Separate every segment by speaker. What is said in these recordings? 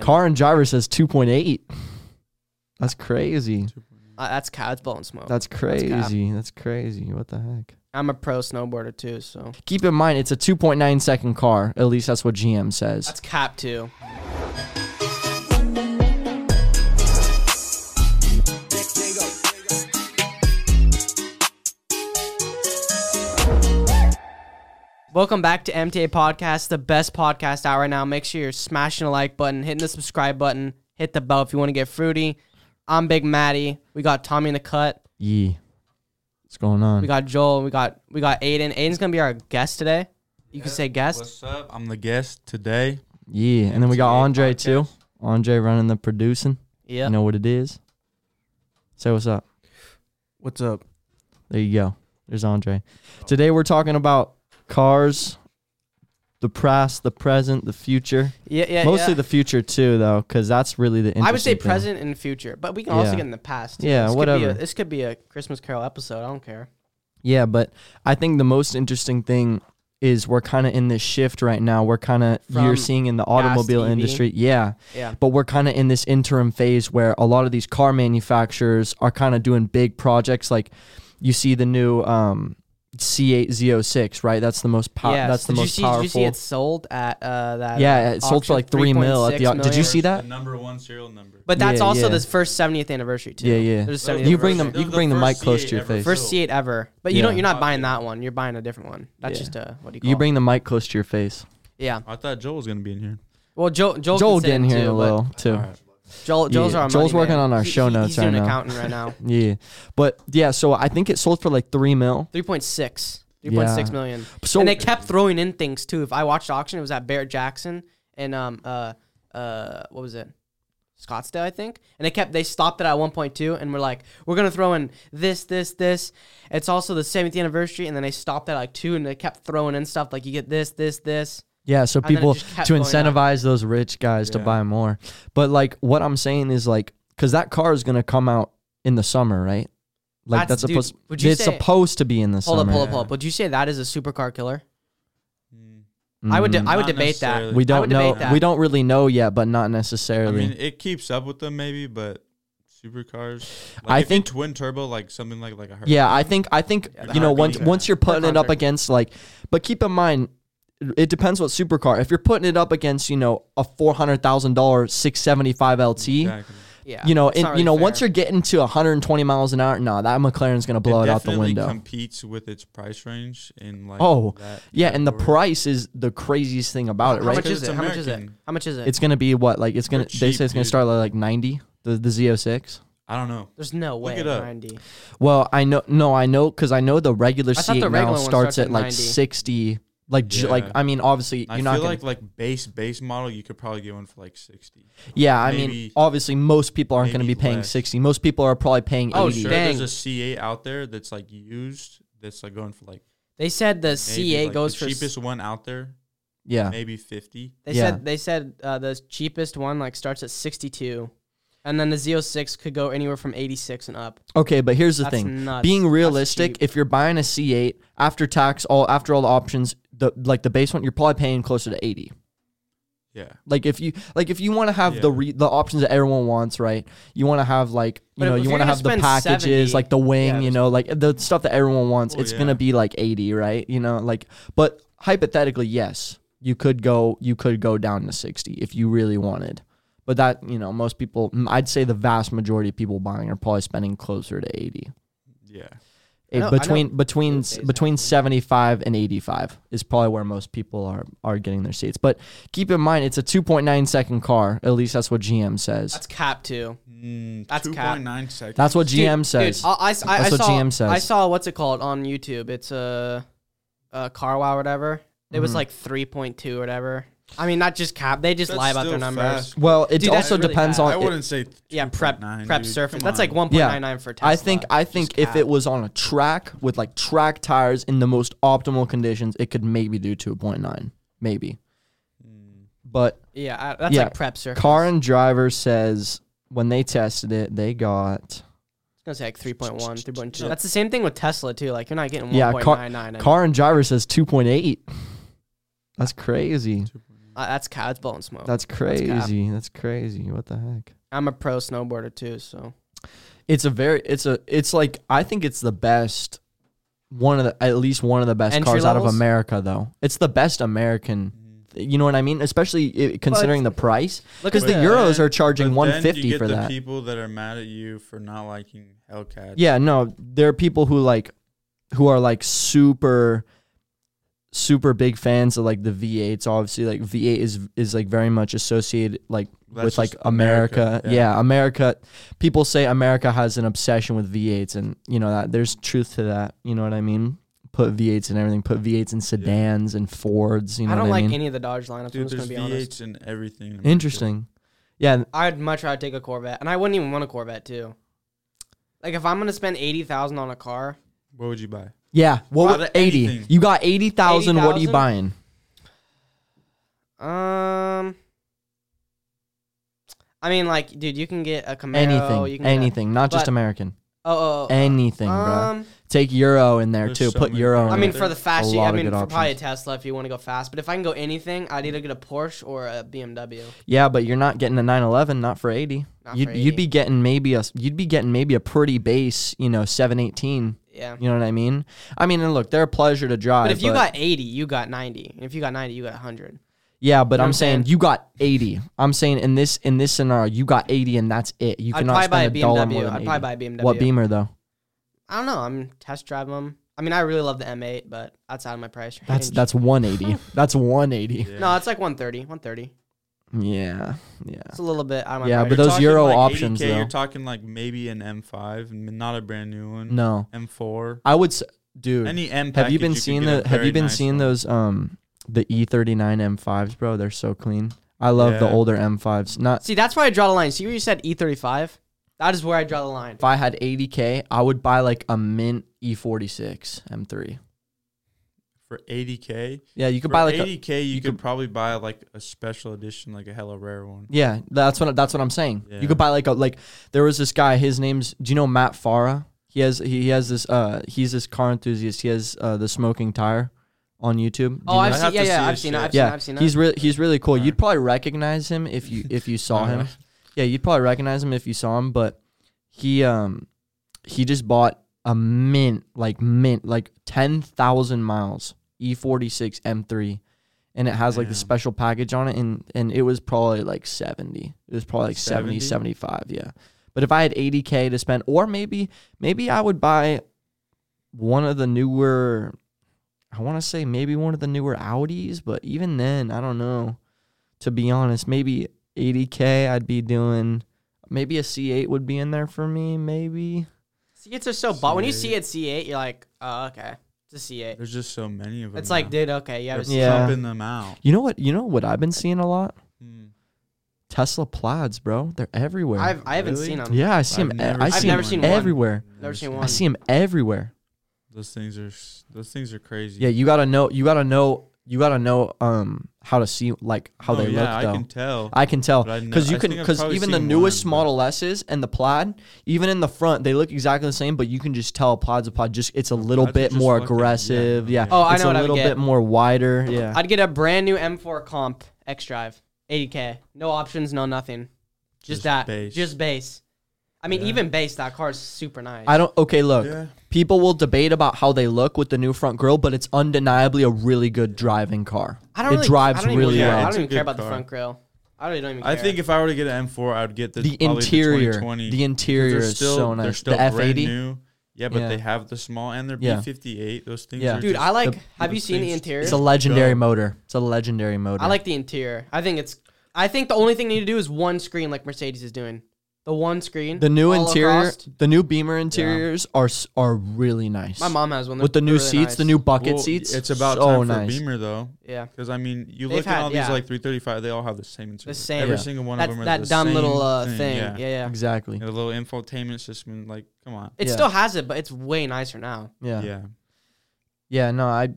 Speaker 1: Car and Gyro says 2.8. That's crazy.
Speaker 2: Uh, that's cow. It's blowing smoke.
Speaker 1: That's
Speaker 2: cap.
Speaker 1: crazy. That's crazy. What the heck?
Speaker 2: I'm a pro snowboarder too, so
Speaker 1: Keep in mind, it's a 2.9 second car. At least that's what GM says.
Speaker 2: that's cap too. Welcome back to MTA Podcast, the best podcast out right now. Make sure you're smashing the like button, hitting the subscribe button, hit the bell if you want to get fruity. I'm Big Matty. We got Tommy in the cut.
Speaker 1: Yee. What's going on?
Speaker 2: We got Joel. We got we got Aiden. Aiden's gonna be our guest today. You can say guest.
Speaker 3: What's up? I'm the guest today.
Speaker 1: yeah. And then we got
Speaker 3: MTA
Speaker 1: Andre,
Speaker 3: podcast.
Speaker 1: too. Andre running the producing.
Speaker 2: Yeah.
Speaker 1: You know what it is? Say what's up.
Speaker 4: What's up?
Speaker 1: There you go. There's Andre. Today we're talking about cars, the past, the present, the future.
Speaker 2: Yeah, yeah.
Speaker 1: Mostly
Speaker 2: yeah.
Speaker 1: the future too, though, because that's really the. Interesting
Speaker 2: I would say
Speaker 1: thing.
Speaker 2: present and future, but we can also
Speaker 1: Yeah.
Speaker 2: get in the past.
Speaker 1: Yeah,
Speaker 2: this Could
Speaker 1: whatever.
Speaker 2: be a, this could be a Christmas Carol episode. I don't care.
Speaker 1: Yeah, but I think the most interesting thing is we're kind of in this shift right now. We're kind of you're
Speaker 2: From
Speaker 1: seeing in the automobile
Speaker 2: EV.
Speaker 1: industry. Yeah,
Speaker 2: Yeah,
Speaker 1: but we're kind of in this interim phase where a lot of these car manufacturers are kind of doing big projects like you see the new um, C8 Z06, right? That's the most pow-
Speaker 2: yeah.
Speaker 1: that's the
Speaker 2: did
Speaker 1: most
Speaker 2: you see,
Speaker 1: powerful.
Speaker 2: Did you see it sold at uh, that?
Speaker 1: Yeah, it sold for
Speaker 2: auction?
Speaker 1: like three mil at the
Speaker 2: 3.6
Speaker 1: au- did you
Speaker 2: million?
Speaker 1: see that?
Speaker 3: The number one serial number.
Speaker 2: But that's
Speaker 1: Yeah,
Speaker 2: also
Speaker 1: yeah.
Speaker 2: this first 70th anniversary too.
Speaker 1: Yeah, yeah.
Speaker 2: There's
Speaker 3: That was
Speaker 2: 70th
Speaker 1: You bring them. You
Speaker 2: anniversary.
Speaker 3: That
Speaker 1: can
Speaker 3: was
Speaker 1: bring the
Speaker 3: the
Speaker 1: mic
Speaker 3: first
Speaker 1: close
Speaker 3: C8
Speaker 1: to your
Speaker 3: ever
Speaker 1: face.
Speaker 3: sold.
Speaker 2: first C8 ever. But you don't.
Speaker 1: Yeah.
Speaker 2: You're not buying that one. You're buying a different one. That's
Speaker 1: Yeah.
Speaker 2: just a what do you call?
Speaker 1: You bring the mic close to your face.
Speaker 2: Yeah.
Speaker 3: I thought Joel was gonna be in here.
Speaker 2: Well, Joel. Joel,
Speaker 1: Joel
Speaker 2: can sit
Speaker 1: getting here in
Speaker 2: too,
Speaker 1: a
Speaker 2: but
Speaker 1: little too.
Speaker 2: Joel. Joel's
Speaker 1: Yeah.
Speaker 2: our
Speaker 1: Joel's
Speaker 2: money
Speaker 1: working
Speaker 2: man.
Speaker 1: on our
Speaker 2: He-
Speaker 1: show
Speaker 2: he-
Speaker 1: notes
Speaker 2: He's doing
Speaker 1: right now.
Speaker 2: accounting right now.
Speaker 1: Yeah, but yeah. So I think it sold for like three mil.
Speaker 2: 3.6
Speaker 1: Yeah.
Speaker 2: 3.6 million.
Speaker 1: So
Speaker 2: and they kept throwing in things too. If I watched the auction, it was at Barrett Jackson and um uh uh what was it? Scottsdale, I think. And they kept they stopped it at 1.2 and we're like, we're gonna throw in this, this, this. It's also the 70th anniversary, and then they stopped at like two and they kept throwing in stuff like you get this, this, this.
Speaker 1: Yeah, so
Speaker 2: then it
Speaker 1: people
Speaker 2: just kept
Speaker 1: to
Speaker 2: going up.
Speaker 1: incentivize those rich guys to
Speaker 3: Yeah.
Speaker 1: buy more. But like what I'm saying is like cuz that car is going to come out in the summer, right? Like that's,
Speaker 2: That's- dude,
Speaker 1: supposed
Speaker 2: would you
Speaker 1: it's
Speaker 2: say-
Speaker 1: supposed to be in the
Speaker 2: Hold
Speaker 1: summer.
Speaker 2: up, hold up,
Speaker 3: Yeah.
Speaker 2: hold up. Would you say that is a supercar killer?
Speaker 1: Hmm.
Speaker 2: I would de- I would
Speaker 3: Not
Speaker 2: debate that.
Speaker 3: necessarily.
Speaker 1: Mm-hmm. we
Speaker 3: I
Speaker 1: don't
Speaker 2: would
Speaker 1: know
Speaker 2: debate that.
Speaker 1: we don't really know yet, but not
Speaker 3: I
Speaker 1: necessarily.
Speaker 3: mean, it keeps up with them maybe, but supercars. Like
Speaker 1: I
Speaker 3: if you
Speaker 1: think-
Speaker 3: twin turbo like something like like a Hurricane.
Speaker 1: yeah, I think I think
Speaker 2: Yeah, the
Speaker 1: you know
Speaker 3: heartbeat,
Speaker 1: once
Speaker 3: yeah.
Speaker 1: once you're putting it up
Speaker 2: contract.
Speaker 1: against like but keep in mind it depends what supercar. If you're putting it up against, you know, a $400,000 675 LT,
Speaker 3: Exactly.
Speaker 2: Yeah.
Speaker 1: you know,
Speaker 2: it's
Speaker 1: and,
Speaker 2: not
Speaker 1: you
Speaker 2: really
Speaker 1: know, once
Speaker 2: fair.
Speaker 1: you're getting to 120 miles an hour, no, that McLaren's gonna blow it, out the
Speaker 3: definitely
Speaker 1: window.
Speaker 3: Competes with its price range in like.
Speaker 1: Oh,
Speaker 3: that
Speaker 1: yeah, and the
Speaker 3: category.
Speaker 1: price is the craziest thing about it,
Speaker 2: how
Speaker 1: right?
Speaker 2: much
Speaker 3: Because
Speaker 2: is
Speaker 3: it's
Speaker 2: it? How much is it?
Speaker 3: American.
Speaker 2: How much is it?
Speaker 1: It's gonna be what like it's gonna.
Speaker 3: They're
Speaker 1: they
Speaker 3: cheap,
Speaker 1: say it's gonna
Speaker 3: dude.
Speaker 1: start at like 90. The the Z06.
Speaker 3: I don't know.
Speaker 2: There's no way.
Speaker 3: it up.
Speaker 2: 90.
Speaker 1: Well, I know, no, I know, because I know the regular
Speaker 2: I thought
Speaker 1: C8
Speaker 2: the
Speaker 1: now
Speaker 2: regular one
Speaker 1: starts,
Speaker 2: starts
Speaker 1: at
Speaker 2: at
Speaker 1: like
Speaker 2: 90.
Speaker 1: 60. Like, j- like
Speaker 3: Yeah.
Speaker 1: I mean, obviously you're
Speaker 3: I feel
Speaker 1: not gonna.
Speaker 3: like like base base model, you could probably get one for like sixty.
Speaker 1: yeah, I mean,
Speaker 3: maybe-
Speaker 1: obviously most people aren't gonna be
Speaker 3: maybe
Speaker 1: paying
Speaker 3: less.
Speaker 1: 60. Most people are probably paying 80.
Speaker 2: Oh,
Speaker 3: Oh,
Speaker 2: shit.
Speaker 3: sure.
Speaker 2: dang.
Speaker 3: There's a C8 out there that's like used. That's like going for like
Speaker 2: They said the
Speaker 3: maybe,
Speaker 2: C8
Speaker 3: like,
Speaker 2: goes
Speaker 3: the
Speaker 2: for s-
Speaker 3: cheapest one out there,
Speaker 1: Yeah,
Speaker 3: maybe fifty.
Speaker 2: They
Speaker 1: Yeah.
Speaker 2: said they said uh, the cheapest one like starts at sixty two, and then the Z06 could go anywhere from eighty six and up.
Speaker 1: Okay, but here's the
Speaker 2: That's
Speaker 1: thing.
Speaker 2: nuts.
Speaker 1: Being
Speaker 2: That's
Speaker 1: realistic,
Speaker 2: cheap.
Speaker 1: if you're buying a C8 after tax, all after all the options, the like the base one, you're probably paying closer to 80.
Speaker 3: Yeah.
Speaker 1: Like if you like if you want to have the
Speaker 3: Yeah.
Speaker 1: re- the options that everyone wants, right? You want to have like you
Speaker 2: But
Speaker 1: know you
Speaker 2: if you're
Speaker 1: want to
Speaker 2: gonna
Speaker 1: have the
Speaker 2: spend
Speaker 1: packages,
Speaker 2: 70,
Speaker 1: like the wing,
Speaker 2: yeah,
Speaker 1: you know, like the stuff that everyone wants.
Speaker 3: Well,
Speaker 1: it's
Speaker 3: Oh, yeah.
Speaker 1: gonna be like eighty, right? You know, like but hypothetically, yes, you could go you could go down to sixty if you really wanted. But that you know, most people, mm, I'd say the vast majority of people buying are probably spending closer to eighty.
Speaker 3: Yeah.
Speaker 2: I know- I know
Speaker 1: between between
Speaker 2: days
Speaker 1: between
Speaker 2: happen.
Speaker 1: 75 and 85 is probably where most people are are getting their seats. But keep in mind it's a 2.9 second car. At least that's what GM says. That's,
Speaker 2: That's cap too.
Speaker 3: Mm,
Speaker 2: That's cap.
Speaker 3: 2.9 seconds.
Speaker 1: what
Speaker 2: Dude,
Speaker 1: GM
Speaker 2: dude,
Speaker 1: says.
Speaker 2: I, I, I,
Speaker 1: That's
Speaker 2: I
Speaker 1: what
Speaker 2: saw,
Speaker 1: GM says.
Speaker 2: I saw what's it called on YouTube. It's a, a car wow or whatever. It was
Speaker 1: Mhm.
Speaker 2: like three point two or whatever. I mean, not just cap. They just
Speaker 3: That's
Speaker 2: lie about their
Speaker 3: still
Speaker 2: numbers.
Speaker 3: fast.
Speaker 1: well, it
Speaker 2: Dude, that's
Speaker 1: also
Speaker 2: really
Speaker 1: depends
Speaker 2: bad.
Speaker 1: on
Speaker 3: I
Speaker 1: it-
Speaker 3: wouldn't say.
Speaker 2: Yeah, prep
Speaker 3: 2.9,
Speaker 2: prep
Speaker 3: dude.
Speaker 2: surface.
Speaker 3: Come
Speaker 2: That's like
Speaker 3: on.
Speaker 2: one point nine nine for Tesla.
Speaker 1: I think I
Speaker 2: It's
Speaker 1: think
Speaker 2: just
Speaker 1: if
Speaker 2: cap.
Speaker 1: it was on a track with like track tires in the most optimal conditions, it could maybe do 2.9, maybe.
Speaker 3: Mm,
Speaker 1: But
Speaker 2: yeah, I, that's
Speaker 1: yeah,
Speaker 2: like prep surface.
Speaker 1: Car and Driver says when they tested it, they got
Speaker 2: It's gonna say like 3.1, 3.2.
Speaker 3: No.
Speaker 2: That's the same thing with Tesla too. Like you're not getting
Speaker 1: Yeah,
Speaker 2: one
Speaker 1: car-
Speaker 2: point nine nine.
Speaker 1: Car and Driver says 2.8. That's crazy.
Speaker 2: Uh, that's cow. That's blowing smoke.
Speaker 1: That's
Speaker 2: cap.
Speaker 1: crazy. That's crazy. What the heck?
Speaker 2: I'm a pro snowboarder too, so
Speaker 1: It's a very. It's a. It's like I think it's the best. One of the at least one of the best
Speaker 2: Entry
Speaker 1: cars out of
Speaker 2: levels?
Speaker 1: America though. It's the best American. You know what I mean? Especially i considering the price,
Speaker 2: look
Speaker 1: because
Speaker 2: at
Speaker 1: the
Speaker 2: the
Speaker 3: But
Speaker 1: Euros
Speaker 3: then-
Speaker 1: are charging
Speaker 3: But then
Speaker 1: one fifty
Speaker 3: you get
Speaker 1: for
Speaker 3: the
Speaker 1: that.
Speaker 3: People that are mad at you for not liking Hellcat.
Speaker 1: Yeah, no, there are people who like, who are like super, super big fans of like the V8s. Obviously, like V8 is is like very much associated like
Speaker 3: That's
Speaker 1: with like
Speaker 3: just
Speaker 1: America.
Speaker 3: yeah.
Speaker 1: yeah. America. People say America has an obsession with V8s, and you know that there's truth to that. You know what I mean? Put V8s and everything. Put V8s in sedans and Fords. You know
Speaker 2: I don't
Speaker 1: what
Speaker 2: like
Speaker 1: I mean?
Speaker 2: any of the Dodge lineups. I'm
Speaker 3: Dude,
Speaker 2: just
Speaker 3: there's
Speaker 2: gonna be honest.
Speaker 3: V8s and everything. in America.
Speaker 1: Interesting. Yeah,
Speaker 2: I'd much rather take a Corvette, and I wouldn't even want a Corvette too. Like if I'm gonna spend eighty thousand on a car,
Speaker 3: What would you buy?
Speaker 1: yeah. What
Speaker 3: Out
Speaker 1: would
Speaker 3: of
Speaker 1: eighty?
Speaker 3: anything.
Speaker 1: You got eighty thousand. What are you
Speaker 2: 80,000?
Speaker 1: buying?
Speaker 2: um, I mean, like, dude, you can get a Camaro.
Speaker 1: Anything.
Speaker 2: you can get a-
Speaker 1: anything. Not just
Speaker 2: But-
Speaker 1: American.
Speaker 2: oh, oh, oh,
Speaker 1: Anything, bro.
Speaker 2: um,
Speaker 1: Take euro in there
Speaker 3: There's
Speaker 1: too.
Speaker 3: so
Speaker 1: Put
Speaker 3: many
Speaker 1: euro.
Speaker 3: things.
Speaker 1: In
Speaker 2: I mean,
Speaker 1: there.
Speaker 2: for the
Speaker 1: A
Speaker 2: fast, you-
Speaker 1: lot
Speaker 2: I
Speaker 1: of
Speaker 2: mean,
Speaker 1: good
Speaker 2: for probably a
Speaker 1: options.
Speaker 2: Tesla if you want to go fast. But if I can go anything, I'd either get a Porsche or a BMW.
Speaker 1: yeah, but you're not getting a 911, not for eighty.
Speaker 2: Not
Speaker 1: you'd
Speaker 2: for
Speaker 1: you'd
Speaker 2: 80.
Speaker 1: be getting maybe a you'd be getting maybe a pretty base, you know, 718.
Speaker 2: Yeah.
Speaker 1: You know what I mean? I mean, and look, they're a pleasure to drive.
Speaker 2: But if you got 80, you got 90. And if you got 90, you got 100.
Speaker 1: yeah, but
Speaker 2: know what
Speaker 1: I'm
Speaker 2: I'm
Speaker 1: saying,
Speaker 2: saying?
Speaker 1: you got 80. I'm saying in this in this scenario, you got 80, and that's it. You
Speaker 2: I'd
Speaker 1: cannot
Speaker 2: probably
Speaker 1: spend
Speaker 2: buy a
Speaker 1: a dollar more
Speaker 2: BMW.
Speaker 1: than
Speaker 2: I'd
Speaker 1: 80.
Speaker 2: probably buy a BMW.
Speaker 1: What Beamer though?
Speaker 2: I don't know. I'm test driving them. I mean, I really love the M8, but that's out of my price range.
Speaker 1: That's that's 180. that's 180.
Speaker 3: Yeah.
Speaker 2: no, it's like 130. 130.
Speaker 1: Yeah, yeah.
Speaker 2: It's a little bit out of my
Speaker 1: Yeah,
Speaker 2: price
Speaker 1: but
Speaker 3: You're
Speaker 1: those
Speaker 3: talking
Speaker 1: Euro
Speaker 3: like
Speaker 1: options, though.
Speaker 3: You're talking like maybe an M5, n- not a brand new one.
Speaker 1: No,
Speaker 3: M4.
Speaker 1: I would, s- dude.
Speaker 3: Any M.
Speaker 1: have
Speaker 3: package
Speaker 1: you been
Speaker 3: could
Speaker 1: seeing
Speaker 3: get a
Speaker 1: the Have you
Speaker 3: very
Speaker 1: been
Speaker 3: nice
Speaker 1: seeing
Speaker 3: one.
Speaker 1: those um the E39 M5s, bro? They're so clean. I love the
Speaker 3: Yeah.
Speaker 1: older M5s. Not
Speaker 2: See, that's where I draw the line. See where you said E35? That is where I draw the line.
Speaker 1: if I had 80k, I would buy like a mint E E46 M3.
Speaker 3: for 80k?
Speaker 1: Yeah, you could
Speaker 3: For
Speaker 1: buy like a,
Speaker 3: 80k, you,
Speaker 1: you
Speaker 3: could,
Speaker 1: could-
Speaker 3: probably buy like a special edition, like a hella rare one.
Speaker 1: yeah. That's what that's what I'm saying.
Speaker 3: Yeah.
Speaker 1: You could buy like a like there was this guy. His name's do you know Matt Farah? He has he he has this uh he's this car enthusiast. He has uh the smoking tire on YouTube. Do you
Speaker 2: Oh,
Speaker 1: know
Speaker 2: I've
Speaker 1: that?
Speaker 3: I'd
Speaker 2: seen,
Speaker 3: have
Speaker 2: yeah,
Speaker 3: to
Speaker 2: yeah,
Speaker 3: see
Speaker 2: I've
Speaker 3: his
Speaker 2: seen, it,
Speaker 3: shit.
Speaker 2: I've seen,
Speaker 1: Yeah,
Speaker 2: it, I've seen. it.
Speaker 1: he's really he's really cool. You'd
Speaker 3: Alright.
Speaker 1: probably recognize him if you if you saw him.
Speaker 3: Alright.
Speaker 1: Yeah, you'd probably recognize him if you saw him. But he um he just bought a mint like mint like ten thousand miles E forty six M three, and it has like the
Speaker 3: Damn.
Speaker 1: special package on it, and and it was probably like seventy. It was probably like 70,
Speaker 3: 70?
Speaker 1: 75, Yeah, but if I had eighty k to spend, or maybe maybe I would buy one of the newer I want to say maybe one of the newer Audis, but even then, I don't know. To be honest, maybe 80k I'd be doing maybe a C8 would be in there for me, maybe.
Speaker 2: C8s are so bought. When you see
Speaker 3: C8.
Speaker 2: it C8, you're like, oh, okay. It's a C8.
Speaker 3: There's just so many of them.
Speaker 2: It's like,
Speaker 3: now.
Speaker 2: dude, okay, you have
Speaker 1: Yeah.
Speaker 2: a C8.
Speaker 3: they're pumping them out.
Speaker 1: You know what? You know what I've been seeing a lot?
Speaker 3: Hmm.
Speaker 1: Tesla plaids, bro. They're everywhere.
Speaker 2: I've, I haven't
Speaker 3: Really?
Speaker 2: seen them.
Speaker 1: yeah, I see
Speaker 3: I've
Speaker 1: them. e,
Speaker 3: never
Speaker 1: I
Speaker 2: I've
Speaker 1: see
Speaker 2: never
Speaker 1: 'em
Speaker 2: seen one.
Speaker 1: everywhere.
Speaker 2: Never seen
Speaker 1: I
Speaker 2: one.
Speaker 1: see them everywhere.
Speaker 3: Those things are s- those things are crazy.
Speaker 1: Yeah, you gotta know. You gotta know. You gotta know um how to see like how
Speaker 3: No,
Speaker 1: they
Speaker 3: Oh, yeah,
Speaker 1: look
Speaker 3: I
Speaker 1: though.
Speaker 3: can tell.
Speaker 1: I can tell
Speaker 3: But I kn-
Speaker 1: because you
Speaker 3: I
Speaker 1: can
Speaker 3: think I've
Speaker 1: because
Speaker 3: probably
Speaker 1: even the
Speaker 3: seen
Speaker 1: newest
Speaker 3: one, but-
Speaker 1: Model S's and the plaid, even in the front, they look exactly the same. But you can just tell a plaid's a plaid. Just it's a little
Speaker 3: Plaids are
Speaker 1: bit
Speaker 3: just
Speaker 1: more
Speaker 3: fucking- yeah,
Speaker 1: aggressive. Yeah.
Speaker 3: yeah.
Speaker 2: Oh, I
Speaker 1: it's
Speaker 2: know
Speaker 1: a
Speaker 2: what I would
Speaker 1: little
Speaker 2: get.
Speaker 1: bit more wider. Yeah.
Speaker 2: I'd get a brand new M4 comp X Drive, 80K. No options, no nothing. Just, that.
Speaker 3: base.
Speaker 2: Just base. I mean,
Speaker 3: Yeah.
Speaker 2: even base, that car is super nice.
Speaker 1: I don't. Okay, look.
Speaker 3: yeah.
Speaker 1: People will debate about how they look with the new front grille, but it's undeniably a really good driving car.
Speaker 2: I don't
Speaker 1: it
Speaker 2: really,
Speaker 1: drives
Speaker 2: I don't even
Speaker 1: really
Speaker 2: care-
Speaker 3: Yeah,
Speaker 1: well.
Speaker 2: I
Speaker 3: it's
Speaker 2: don't
Speaker 3: a
Speaker 2: even care
Speaker 3: good
Speaker 2: about the
Speaker 3: car.
Speaker 2: front grill. I really don't even care.
Speaker 3: I think if I were to get an M4, I would get the,
Speaker 1: The
Speaker 3: probably
Speaker 1: interior,
Speaker 3: the, 2020.
Speaker 1: the interior
Speaker 3: They're
Speaker 1: is
Speaker 3: still-
Speaker 1: so
Speaker 3: They're
Speaker 1: nice.
Speaker 3: still
Speaker 1: The F
Speaker 3: brand
Speaker 1: eighty.
Speaker 3: new. Yeah, but
Speaker 1: Yeah.
Speaker 3: they have the small and they're
Speaker 1: Yeah.
Speaker 3: B58. Those things
Speaker 1: Yeah.
Speaker 3: are
Speaker 2: Dude,
Speaker 3: just,
Speaker 2: I like.
Speaker 1: the-
Speaker 2: have you
Speaker 3: those
Speaker 2: seen the
Speaker 3: things-
Speaker 2: interior?
Speaker 1: It's a legendary
Speaker 3: Go.
Speaker 1: motor. It's a legendary motor.
Speaker 2: I like the interior. I think it's. I think the only thing they need to do is one screen, like Mercedes is doing. The one screen.
Speaker 1: the new
Speaker 2: all
Speaker 1: interior.
Speaker 2: across.
Speaker 1: The new Beamer interiors are s- are really nice.
Speaker 2: My mom has one.
Speaker 1: with the
Speaker 2: They're
Speaker 1: new
Speaker 2: really
Speaker 1: seats, the
Speaker 2: nice.
Speaker 1: new bucket
Speaker 3: Well,
Speaker 1: seats.
Speaker 3: It's about
Speaker 1: so
Speaker 3: time for
Speaker 1: nice.
Speaker 3: Beamer though,
Speaker 2: Yeah.
Speaker 3: because I mean, you
Speaker 2: They've
Speaker 3: look
Speaker 2: had-
Speaker 3: at all
Speaker 2: yeah.
Speaker 3: these like 335, they all have the same. interior.
Speaker 2: same.
Speaker 3: Every
Speaker 1: Yeah.
Speaker 3: single one
Speaker 2: That's
Speaker 3: of them.
Speaker 2: that
Speaker 3: are the
Speaker 2: dumb
Speaker 3: same
Speaker 2: little uh, thing. Yeah, yeah.
Speaker 1: Exactly.
Speaker 3: And a little infotainment system. Like, come on.
Speaker 2: It
Speaker 1: Yeah.
Speaker 2: still has it, but it's way nicer now.
Speaker 1: Yeah.
Speaker 3: Yeah.
Speaker 1: Yeah. no, I.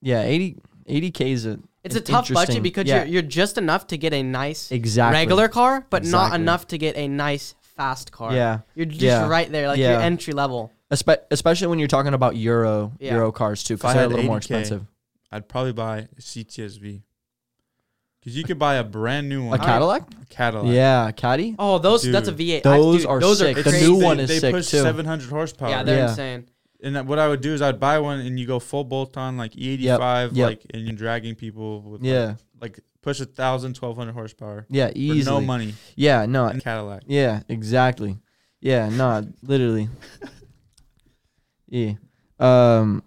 Speaker 1: Yeah, 80 80k is a.
Speaker 2: It's
Speaker 1: an
Speaker 2: a tough
Speaker 1: interesting-
Speaker 2: budget because
Speaker 1: yeah,
Speaker 2: you're, you're just enough to get a nice
Speaker 1: exactly
Speaker 2: regular car, but not
Speaker 1: Exactly.
Speaker 2: enough to get a nice fast car.
Speaker 1: Yeah,
Speaker 2: You're just
Speaker 1: Yeah.
Speaker 2: right there, like
Speaker 1: Yeah.
Speaker 2: you're entry level.
Speaker 1: Espe- especially when you're talking about Euro
Speaker 2: Yeah.
Speaker 1: Euro cars too,
Speaker 3: I
Speaker 1: because they're a
Speaker 3: had
Speaker 1: little more
Speaker 3: 80K,
Speaker 1: expensive.
Speaker 3: I'd probably buy a CTSV. Could Because you could buy a brand new
Speaker 1: A
Speaker 3: one.
Speaker 1: Cadillac?
Speaker 3: Cadillac.
Speaker 1: Yeah, Caddy.
Speaker 2: Oh, those that's a
Speaker 3: Dude,
Speaker 2: V8. I,
Speaker 1: Those
Speaker 2: dude,
Speaker 1: are
Speaker 2: those
Speaker 1: sick.
Speaker 2: are
Speaker 1: The
Speaker 2: crazy.
Speaker 1: new one is
Speaker 3: they
Speaker 1: sick,
Speaker 3: push
Speaker 1: too.
Speaker 3: 700 horsepower.
Speaker 2: yeah, they're
Speaker 1: Yeah.
Speaker 2: insane.
Speaker 3: and that- what I would do is I'd buy one and you go full bolt on like E85,
Speaker 1: yep.
Speaker 3: like and you're dragging people with like,
Speaker 1: Yeah,
Speaker 3: like push a thousand, twelve hundred horsepower
Speaker 1: yeah,
Speaker 3: for
Speaker 1: easily. Uh,
Speaker 3: no money.
Speaker 1: Yeah, no,
Speaker 3: And Cadillac.
Speaker 1: yeah, exactly. Yeah, no, literally. Yeah, um,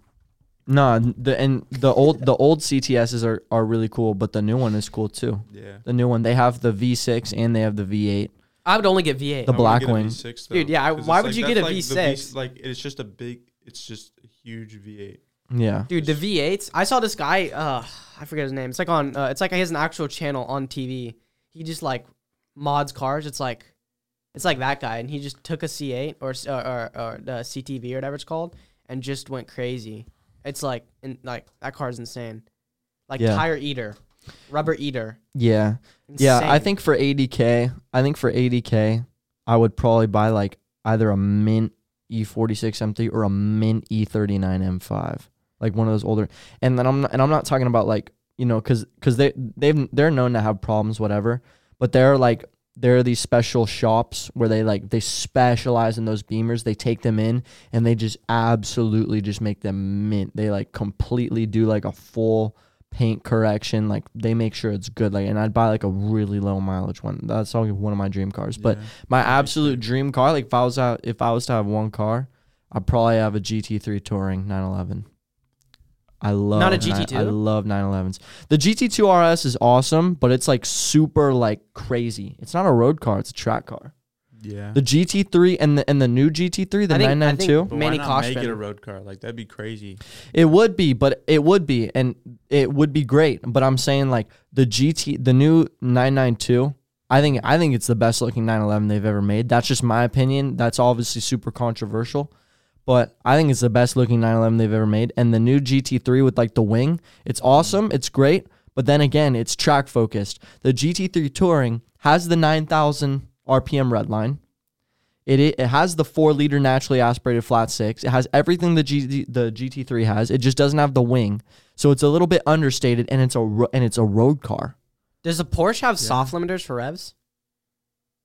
Speaker 1: no, the and the old the old CTSs are are really cool, but the new one is cool too.
Speaker 3: Yeah.
Speaker 1: The new one they have the V6 and they have the V8.
Speaker 2: I would only get V8.
Speaker 1: The-
Speaker 3: I wanna
Speaker 1: Black
Speaker 3: get a
Speaker 1: Wing.
Speaker 3: V6,
Speaker 2: Dude,
Speaker 3: though,
Speaker 2: yeah, I-
Speaker 3: 'cause
Speaker 2: why
Speaker 3: it's
Speaker 2: would you
Speaker 3: that's
Speaker 2: get a
Speaker 3: like the
Speaker 2: V6?
Speaker 3: V- like it's just a big, it's just a huge V8.
Speaker 1: Yeah,
Speaker 2: Dude, the V8s. I saw this guy. Uh, I forget his name. It's like on. Uh, it's like he has an actual channel on TV. He just like mods cars. It's like, it's like that guy, and he just took a C8 or s- or or, or the CTV or whatever it's called, and just went crazy. It's like, and like that car's insane. Like
Speaker 1: Yeah.
Speaker 2: tire eater, rubber eater.
Speaker 1: yeah, yeah. I
Speaker 2: Insane.
Speaker 1: think for 80k, I think for 80k, I would probably buy like either a mint E E46 M3 or a mint E E39 M5, like one of those older. And then I'm not, and I'm not talking about like you know because because they they've they're known to have problems whatever, but they're like there are these special shops where they like they specialize in those beamers they take them in and they just absolutely just make them mint they like completely do like a full paint correction like they make sure it's good like and i'd buy like a really low mileage one that's probably one of my dream cars but
Speaker 3: Yeah.
Speaker 1: my absolute dream car like if i was out if i was to have one car i'd probably have a gt3 touring 911 i love
Speaker 2: a
Speaker 1: nine-
Speaker 2: GT2?
Speaker 1: i love 911s the gt2 rs is awesome but it's like super like crazy it's not a road car it's a track car
Speaker 3: Yeah.
Speaker 1: the gt3 and the and the new gt3 the
Speaker 2: I think- I think
Speaker 1: 992
Speaker 3: But
Speaker 2: Manny
Speaker 3: why not make it a
Speaker 2: Cochran.
Speaker 3: road car? Like that'd be crazy.
Speaker 1: It would be, but it would be, and it would be great. But I'm saying like the GT, the new 992. I think I think it's the best looking 911 they've ever made. That's just my opinion. That's obviously super controversial, but I think it's the best looking 911 they've ever made. And the new GT3 with like the wing, it's awesome. It's great. But then again, it's track focused. The GT3 Touring has the 9,000 RPM redline. It, it it has the four liter naturally aspirated flat six. It has everything the G, the GT3 has. It just doesn't have the wing, so it's a little bit understated, and it's a ro- and it's a road car.
Speaker 2: Does the Porsche have soft limiters for revs?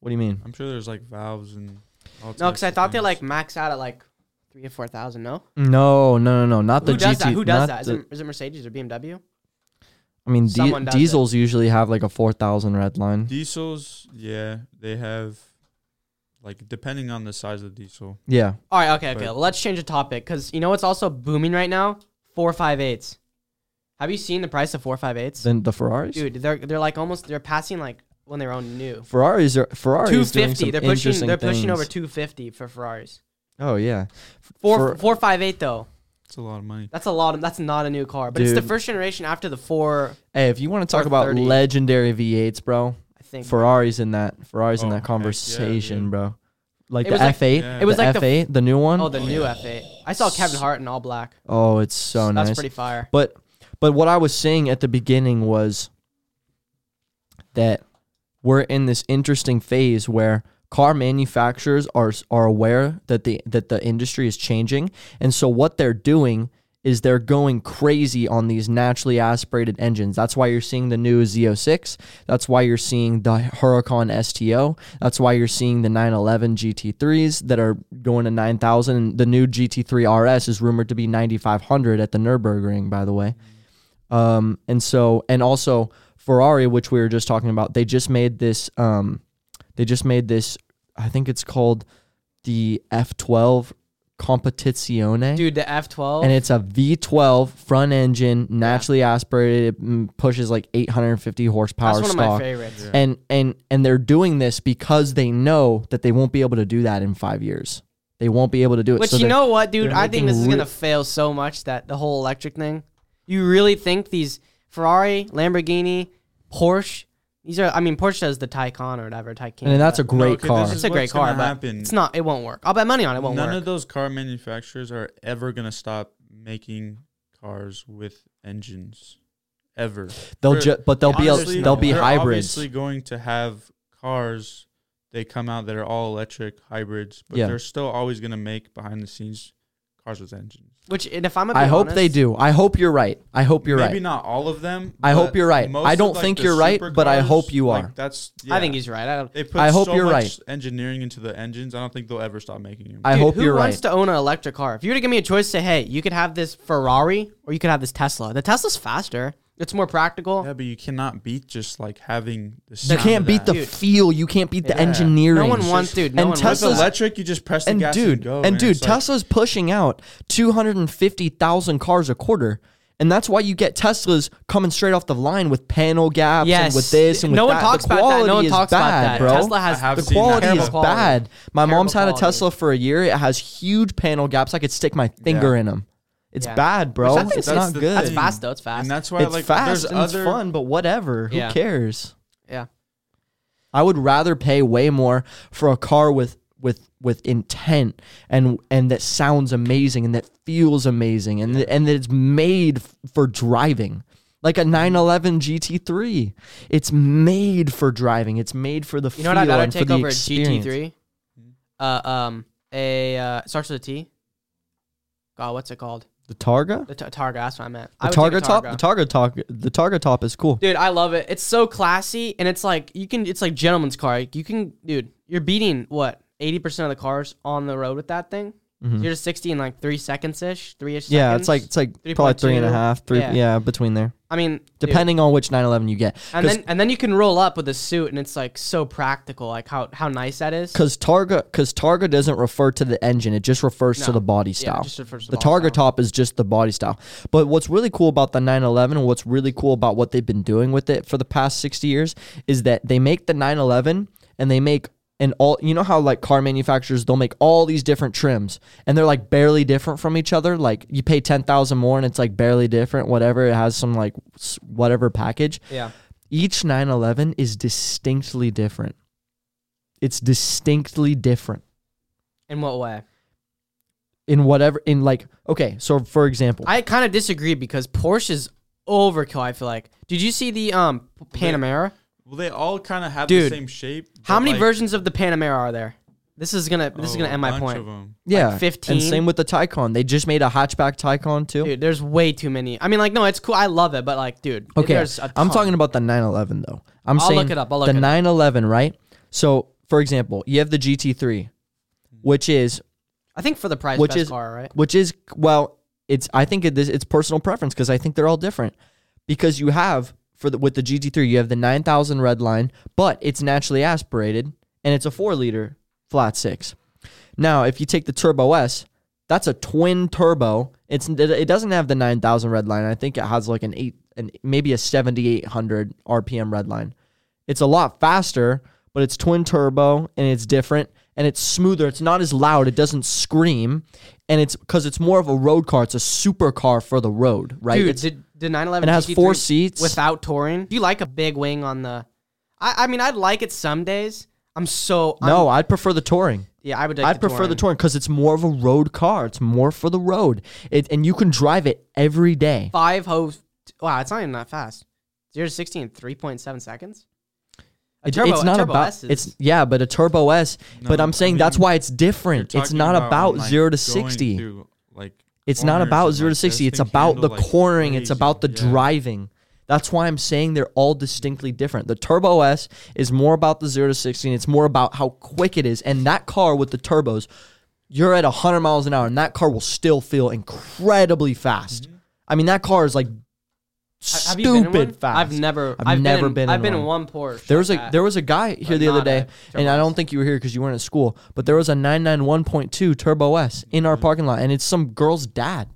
Speaker 1: What do you mean?
Speaker 3: I'm sure there's like valves and. All
Speaker 2: No, because I thought they like max out at like three or four thousand. No,
Speaker 1: No, no, no, no, not the
Speaker 2: who does
Speaker 1: GT.
Speaker 2: that? Who does
Speaker 1: not
Speaker 2: that? Is
Speaker 1: the-
Speaker 2: it, is it Mercedes or BMW?
Speaker 1: I mean, di-
Speaker 2: Someone does it.
Speaker 1: diesels usually have like a four thousand red line.
Speaker 3: diesels. Yeah, they have. Like depending on the size of the diesel.
Speaker 1: Yeah,
Speaker 2: All right, okay, okay.
Speaker 3: But-
Speaker 2: Let's change the topic because you know what's also booming right now? Four five eights. Have you seen the price of four five eights?
Speaker 1: then the Ferraris.
Speaker 2: Dude, they're they're like almost they're passing like when they're on new.
Speaker 1: Ferraris are Ferraris
Speaker 2: Two
Speaker 1: is doing
Speaker 2: fifty.
Speaker 1: some
Speaker 2: They're pushing
Speaker 1: interesting
Speaker 2: they're pushing
Speaker 1: things.
Speaker 2: over two fifty for Ferraris.
Speaker 1: Oh yeah,
Speaker 2: Four
Speaker 1: Fer-
Speaker 2: four five eight though.
Speaker 3: It's a lot of money.
Speaker 2: That's a lot. Of, that's not a new car, but it's
Speaker 1: Dude.
Speaker 2: the first generation after the four.
Speaker 1: hey, if you want to talk about
Speaker 2: 430.
Speaker 1: legendary V8s, bro,
Speaker 2: I think
Speaker 1: Ferrari's in that Ferrari's in
Speaker 3: Oh,
Speaker 1: that
Speaker 3: heck yeah,
Speaker 1: conversation,
Speaker 3: dude.
Speaker 1: bro. Like
Speaker 2: It
Speaker 1: the
Speaker 2: was like-
Speaker 1: F8,
Speaker 3: Yeah.
Speaker 1: it was like
Speaker 2: the-
Speaker 1: F8, the, new one.
Speaker 2: Oh, the new F eight. I saw Kevin Hart in all black.
Speaker 1: Oh, it's so
Speaker 2: that's
Speaker 1: nice.
Speaker 2: pretty fire.
Speaker 1: but but what I was saying at the beginning was that we're in this interesting phase where car manufacturers are are aware that the that the industry is changing, and so what they're doing is they're going crazy on these naturally aspirated engines. That's why you're seeing the new Z06. That's why you're seeing the Huracan STO. That's why you're seeing the 911 GT3s that are going to 9,000. The new GT3 RS is rumored to be 9,500 at the Nürburgring, by the way. Um, and so, and also Ferrari, which we were just talking about, they just made this. Um, they just made this. I think it's called the F12 Competizione
Speaker 2: Dude, the F twelve.
Speaker 1: and it's a V12 front engine, naturally aspirated. It mm, pushes like 850 horsepower
Speaker 2: That's one of
Speaker 1: stock.
Speaker 2: my favorites.
Speaker 3: Yeah.
Speaker 1: And and and they're doing this because they know that they won't be able to do that in five years. They won't be able to do it.
Speaker 2: But
Speaker 1: So
Speaker 2: you
Speaker 1: they're-
Speaker 2: know what, dude?
Speaker 1: they're
Speaker 2: I
Speaker 1: making
Speaker 2: think this is
Speaker 1: re-
Speaker 2: gonna fail so much that the whole electric thing. You really think these Ferrari, Lamborghini, Porsche? These are, I mean, Porsche does the Taycan or whatever Taycan.
Speaker 1: and that's a
Speaker 2: but
Speaker 1: great
Speaker 3: okay,
Speaker 1: car.
Speaker 3: this
Speaker 2: it's a great
Speaker 3: What's gonna
Speaker 2: car, but
Speaker 3: happen-
Speaker 2: it's not. It won't work. I'll bet money on it. it won't
Speaker 3: None
Speaker 2: work.
Speaker 3: of those car manufacturers are ever gonna stop making cars with engines, ever.
Speaker 1: they'll
Speaker 3: they're-
Speaker 1: ju- but they'll be
Speaker 2: Honestly,
Speaker 1: a, they'll be
Speaker 3: they're
Speaker 1: hybrids.
Speaker 3: Obviously, going to have cars. They come out that are all electric hybrids, but
Speaker 1: Yeah.
Speaker 3: they're still always going to make behind the scenes cars with engines.
Speaker 2: Which, and if I'm, gonna
Speaker 1: I
Speaker 2: be
Speaker 1: hope
Speaker 2: honest,
Speaker 1: they do. I hope you're right. I hope you're
Speaker 3: Maybe
Speaker 1: right.
Speaker 3: not all of them.
Speaker 1: I hope
Speaker 3: but
Speaker 1: you're right.
Speaker 3: most
Speaker 1: I
Speaker 3: of,
Speaker 1: don't
Speaker 3: like,
Speaker 1: think
Speaker 3: the
Speaker 1: you're right, but I
Speaker 3: supercars,
Speaker 1: hope you
Speaker 3: like,
Speaker 1: are.
Speaker 3: that's.
Speaker 2: I think
Speaker 3: yeah.
Speaker 2: he's right. I don't.
Speaker 3: They put
Speaker 1: I hope
Speaker 3: so
Speaker 1: you're
Speaker 3: much
Speaker 1: right.
Speaker 3: engineering into the engines. I don't think they'll ever stop making them.
Speaker 1: I
Speaker 2: Dude,
Speaker 1: hope
Speaker 2: who
Speaker 1: you're
Speaker 2: wants
Speaker 1: right.
Speaker 2: to own an electric car? If you were to give me a choice, say, hey, you could have this Ferrari or you could have this Tesla. The Tesla's faster. It's more practical.
Speaker 3: yeah, but you cannot beat just like having the.
Speaker 1: you
Speaker 3: sound
Speaker 1: can't
Speaker 3: of
Speaker 1: beat the
Speaker 3: that.
Speaker 2: Dude.
Speaker 1: feel. You can't beat the
Speaker 3: Yeah.
Speaker 1: engineering.
Speaker 2: No one wants, dude. No
Speaker 1: And
Speaker 2: one
Speaker 3: With
Speaker 2: wants
Speaker 1: Tesla's-
Speaker 2: that.
Speaker 3: electric, you just press the
Speaker 1: and
Speaker 3: gas
Speaker 1: dude,
Speaker 3: and go.
Speaker 1: and dude,
Speaker 3: it's like-
Speaker 1: Tesla's pushing out 250,000 cars a quarter. And that's why you get Teslas coming straight off the line with panel gaps and
Speaker 2: Yes.
Speaker 1: with this and with
Speaker 2: no
Speaker 1: that.
Speaker 2: one
Speaker 1: The
Speaker 2: talks about that.
Speaker 1: quality
Speaker 2: No one
Speaker 1: is
Speaker 2: talks
Speaker 1: bad,
Speaker 2: about that.
Speaker 1: Bro.
Speaker 2: Tesla has
Speaker 3: I have
Speaker 1: the
Speaker 3: seen that.
Speaker 1: quality
Speaker 2: terrible
Speaker 1: is bad. My
Speaker 2: Terrible
Speaker 1: mom's had a
Speaker 2: quality.
Speaker 1: Tesla for a year. It has huge panel gaps. I could stick my finger in 'em. in them. It's
Speaker 2: Yeah.
Speaker 1: bad, bro.
Speaker 2: Which I think
Speaker 1: It's
Speaker 2: that's
Speaker 1: not
Speaker 3: the
Speaker 1: good.
Speaker 2: That's
Speaker 3: thing.
Speaker 2: fast though. It's fast.
Speaker 3: and that's why
Speaker 1: It's
Speaker 3: like
Speaker 1: fast
Speaker 3: there's
Speaker 1: and
Speaker 3: other
Speaker 1: it's fun, but whatever. Who
Speaker 2: Yeah.
Speaker 1: cares?
Speaker 2: yeah.
Speaker 1: I would rather pay way more for a car with with with intent and and that sounds amazing and that feels amazing and that, and that it's made f- for driving. Like a 911 GT3. It's made for driving. It's made for the
Speaker 2: You
Speaker 1: feel
Speaker 2: know what I'd rather
Speaker 1: and for
Speaker 2: take
Speaker 1: the
Speaker 2: over a
Speaker 1: experience.
Speaker 2: GT3? Uh, um, a uh, starts with a T. God, what's it called?
Speaker 1: The Targa?
Speaker 2: The t- Targa. That's what I meant.
Speaker 1: The
Speaker 2: I would take a
Speaker 1: Targa top? The Targa top the Targa top is cool.
Speaker 2: Dude, I love it. It's so classy, and it's like you can. It's like gentleman's car. You can, dude. You're beating what eighty percent of the cars on the road with that thing. You're to sixty in like three seconds ish, three ish.
Speaker 1: Mm-hmm. Yeah, it's like it's like probably three and a
Speaker 2: 3.2.
Speaker 1: half, three yeah,
Speaker 2: Yeah.
Speaker 1: between there.
Speaker 2: I mean, dude.
Speaker 1: Depending on which 911 you get.
Speaker 2: And then and then you can roll up with a suit, and it's like so practical. Like how how nice that is.
Speaker 1: Because Targa, because Targa doesn't refer to the engine; it just refers to
Speaker 2: No.
Speaker 1: the body
Speaker 2: Yeah,
Speaker 1: style.
Speaker 2: just refers to
Speaker 1: the
Speaker 2: ball
Speaker 1: Targa
Speaker 2: style.
Speaker 1: top is just the body style. But what's really cool about the 911, and what's really cool about what they've been doing with it for the past 60 years, is that they make the 911 and they make an all. You know how like car manufacturers they'll make all these different trims, and they're like barely different from each other. Like you pay ten thousand more, and it's like barely different. Whatever it has some like s- whatever package.
Speaker 2: Yeah.
Speaker 1: Each 911 is distinctly different. It's distinctly different
Speaker 2: In what way?
Speaker 1: in whatever in like okay so for example
Speaker 2: I kind of disagree because Porsche's overkill. I feel like. Did you see the um Panamera?
Speaker 3: well, they all kind of have
Speaker 2: Dude.
Speaker 3: the same shape.
Speaker 2: How
Speaker 3: but,
Speaker 2: many
Speaker 3: like,
Speaker 2: versions of the Panamera are there? This is gonna this is
Speaker 3: oh,
Speaker 2: gonna
Speaker 3: a
Speaker 2: end my
Speaker 3: bunch
Speaker 2: point.
Speaker 3: of 'em.
Speaker 1: yeah
Speaker 2: 15?
Speaker 1: and same with the Taycan they just made a hatchback Taycan too
Speaker 2: Dude, there's way too many. I mean, like, no, it's cool. I love it, but like, dude,
Speaker 1: okay
Speaker 2: there's a
Speaker 1: I'm
Speaker 2: ton.
Speaker 1: talking about the 911 though I'm
Speaker 2: I'll
Speaker 1: saying
Speaker 2: look it up, I'll look
Speaker 1: the
Speaker 2: it up.
Speaker 1: 911 right so for example you have the GT3 which is
Speaker 2: I think for the price,
Speaker 1: Which
Speaker 2: best
Speaker 1: is-
Speaker 2: car, right?
Speaker 1: which is well it's I think it is it's personal preference because I think they're all different because you have for the, with the GT3 you have the 9000 red line but it's naturally aspirated and it's a 4 liter flat 6 now if you take the turbo S that's a twin turbo it's it- it doesn't have the 9000 red line I think it has like an 8 and maybe a 7800 rpm red line it's a lot faster, but it's twin turbo and it's different and it's smoother. It's not as loud. It doesn't scream, and it's because it's more of a road car. It's a supercar for the road, right?
Speaker 2: Dude,
Speaker 1: it's,
Speaker 2: did the 911
Speaker 1: and it has
Speaker 2: GT3
Speaker 1: four seats.
Speaker 2: without touring? Do you like a big wing on the? I, I mean, I'd like it some days. I'm so I'm-
Speaker 1: no, I'd prefer the touring.
Speaker 2: yeah, I would. Like
Speaker 1: I'd prefer the touring because it's more of a road car. It's more for the road, it, and you can drive it every day.
Speaker 2: Five ho. Wow, it's not even that fast. Zero to sixty in three point seven seconds. A
Speaker 1: It-
Speaker 2: turbo,
Speaker 1: it's not
Speaker 2: a turbo
Speaker 1: about
Speaker 2: S is,
Speaker 1: it's yeah, but a turbo S. but
Speaker 3: No,
Speaker 1: I'm
Speaker 3: I
Speaker 1: saying that's
Speaker 3: mean,
Speaker 1: why it's
Speaker 3: You're
Speaker 1: different. It's
Speaker 3: talking
Speaker 1: not about
Speaker 3: like,
Speaker 1: zero to
Speaker 3: going
Speaker 1: sixty.
Speaker 3: through, like
Speaker 1: It's not about
Speaker 3: corners and,
Speaker 1: zero to
Speaker 3: like,
Speaker 1: sixty.
Speaker 3: this
Speaker 1: It's
Speaker 3: thing
Speaker 1: about the
Speaker 3: handled, like,
Speaker 1: cornering. It's
Speaker 3: crazy.
Speaker 1: about the
Speaker 3: Yeah.
Speaker 1: driving. That's why I'm saying they're all distinctly different. The Turbo S is more about the zero to sixty. And it's more about how quick it is. And that car with the turbos, you're at hundred miles an hour, and that car will still feel incredibly fast.
Speaker 3: Mm-hmm.
Speaker 1: I mean, that car is like
Speaker 2: Ha- have
Speaker 1: stupid
Speaker 2: you been in one?
Speaker 1: fast.
Speaker 2: I've never.
Speaker 1: I've, never
Speaker 2: in,
Speaker 1: been.
Speaker 2: I've
Speaker 1: in
Speaker 2: been
Speaker 1: one.
Speaker 2: in one Porsche.
Speaker 1: There was
Speaker 2: like
Speaker 1: a
Speaker 2: that.
Speaker 1: there was a guy here
Speaker 2: But
Speaker 1: the other
Speaker 2: not
Speaker 1: day,
Speaker 2: a Turbo
Speaker 1: and I
Speaker 2: S.
Speaker 1: don't think you were here because you weren't at school. But there was a nine nine one point two Turbo S in
Speaker 2: Mm-hmm.
Speaker 1: our parking lot, and it's some girl's dad.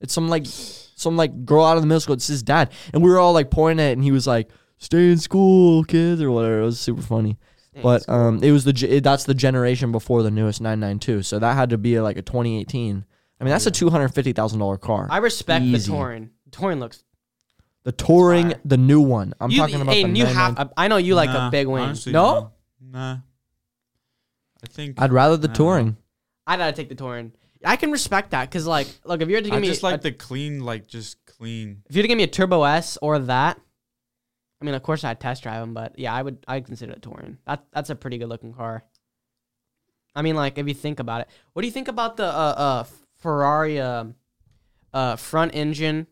Speaker 1: It's some like some like girl out of the middle school. It's his dad, and we were all like pointing at, it, and he was like, "Stay in school, kids," or whatever. It was super funny.
Speaker 2: in
Speaker 1: But um, it was the ge- it, that's the generation before the newest nine nine two, so that had to be like a twenty eighteen. I mean, that's a two hundred fifty thousand dollar car.
Speaker 2: I respect
Speaker 1: Easy.
Speaker 2: the Touring. Touring looks.
Speaker 1: the touring,
Speaker 2: fire.
Speaker 1: the new one. I'm
Speaker 2: you,
Speaker 1: talking about the
Speaker 2: Aiden, you
Speaker 1: 992.
Speaker 2: have. I know you like
Speaker 3: Nah,
Speaker 2: a big wing.
Speaker 3: honestly,
Speaker 2: no,
Speaker 3: nah. Nah. I think
Speaker 1: I'd rather the
Speaker 2: Uh.
Speaker 3: I don't know.
Speaker 1: touring.
Speaker 2: I gotta take the Touring. I can respect that because, like, look, if you were to give
Speaker 3: I
Speaker 2: me,
Speaker 3: just
Speaker 2: a-
Speaker 3: like the clean, like just clean.
Speaker 2: if you were to give me a Turbo S or that, I mean, of course I'd test drive them, but yeah, I would. I'd consider it Touring. That that's a pretty good looking car. I mean, like, if you think about it, what do you think about the uh uh Ferrari um, uh, front engine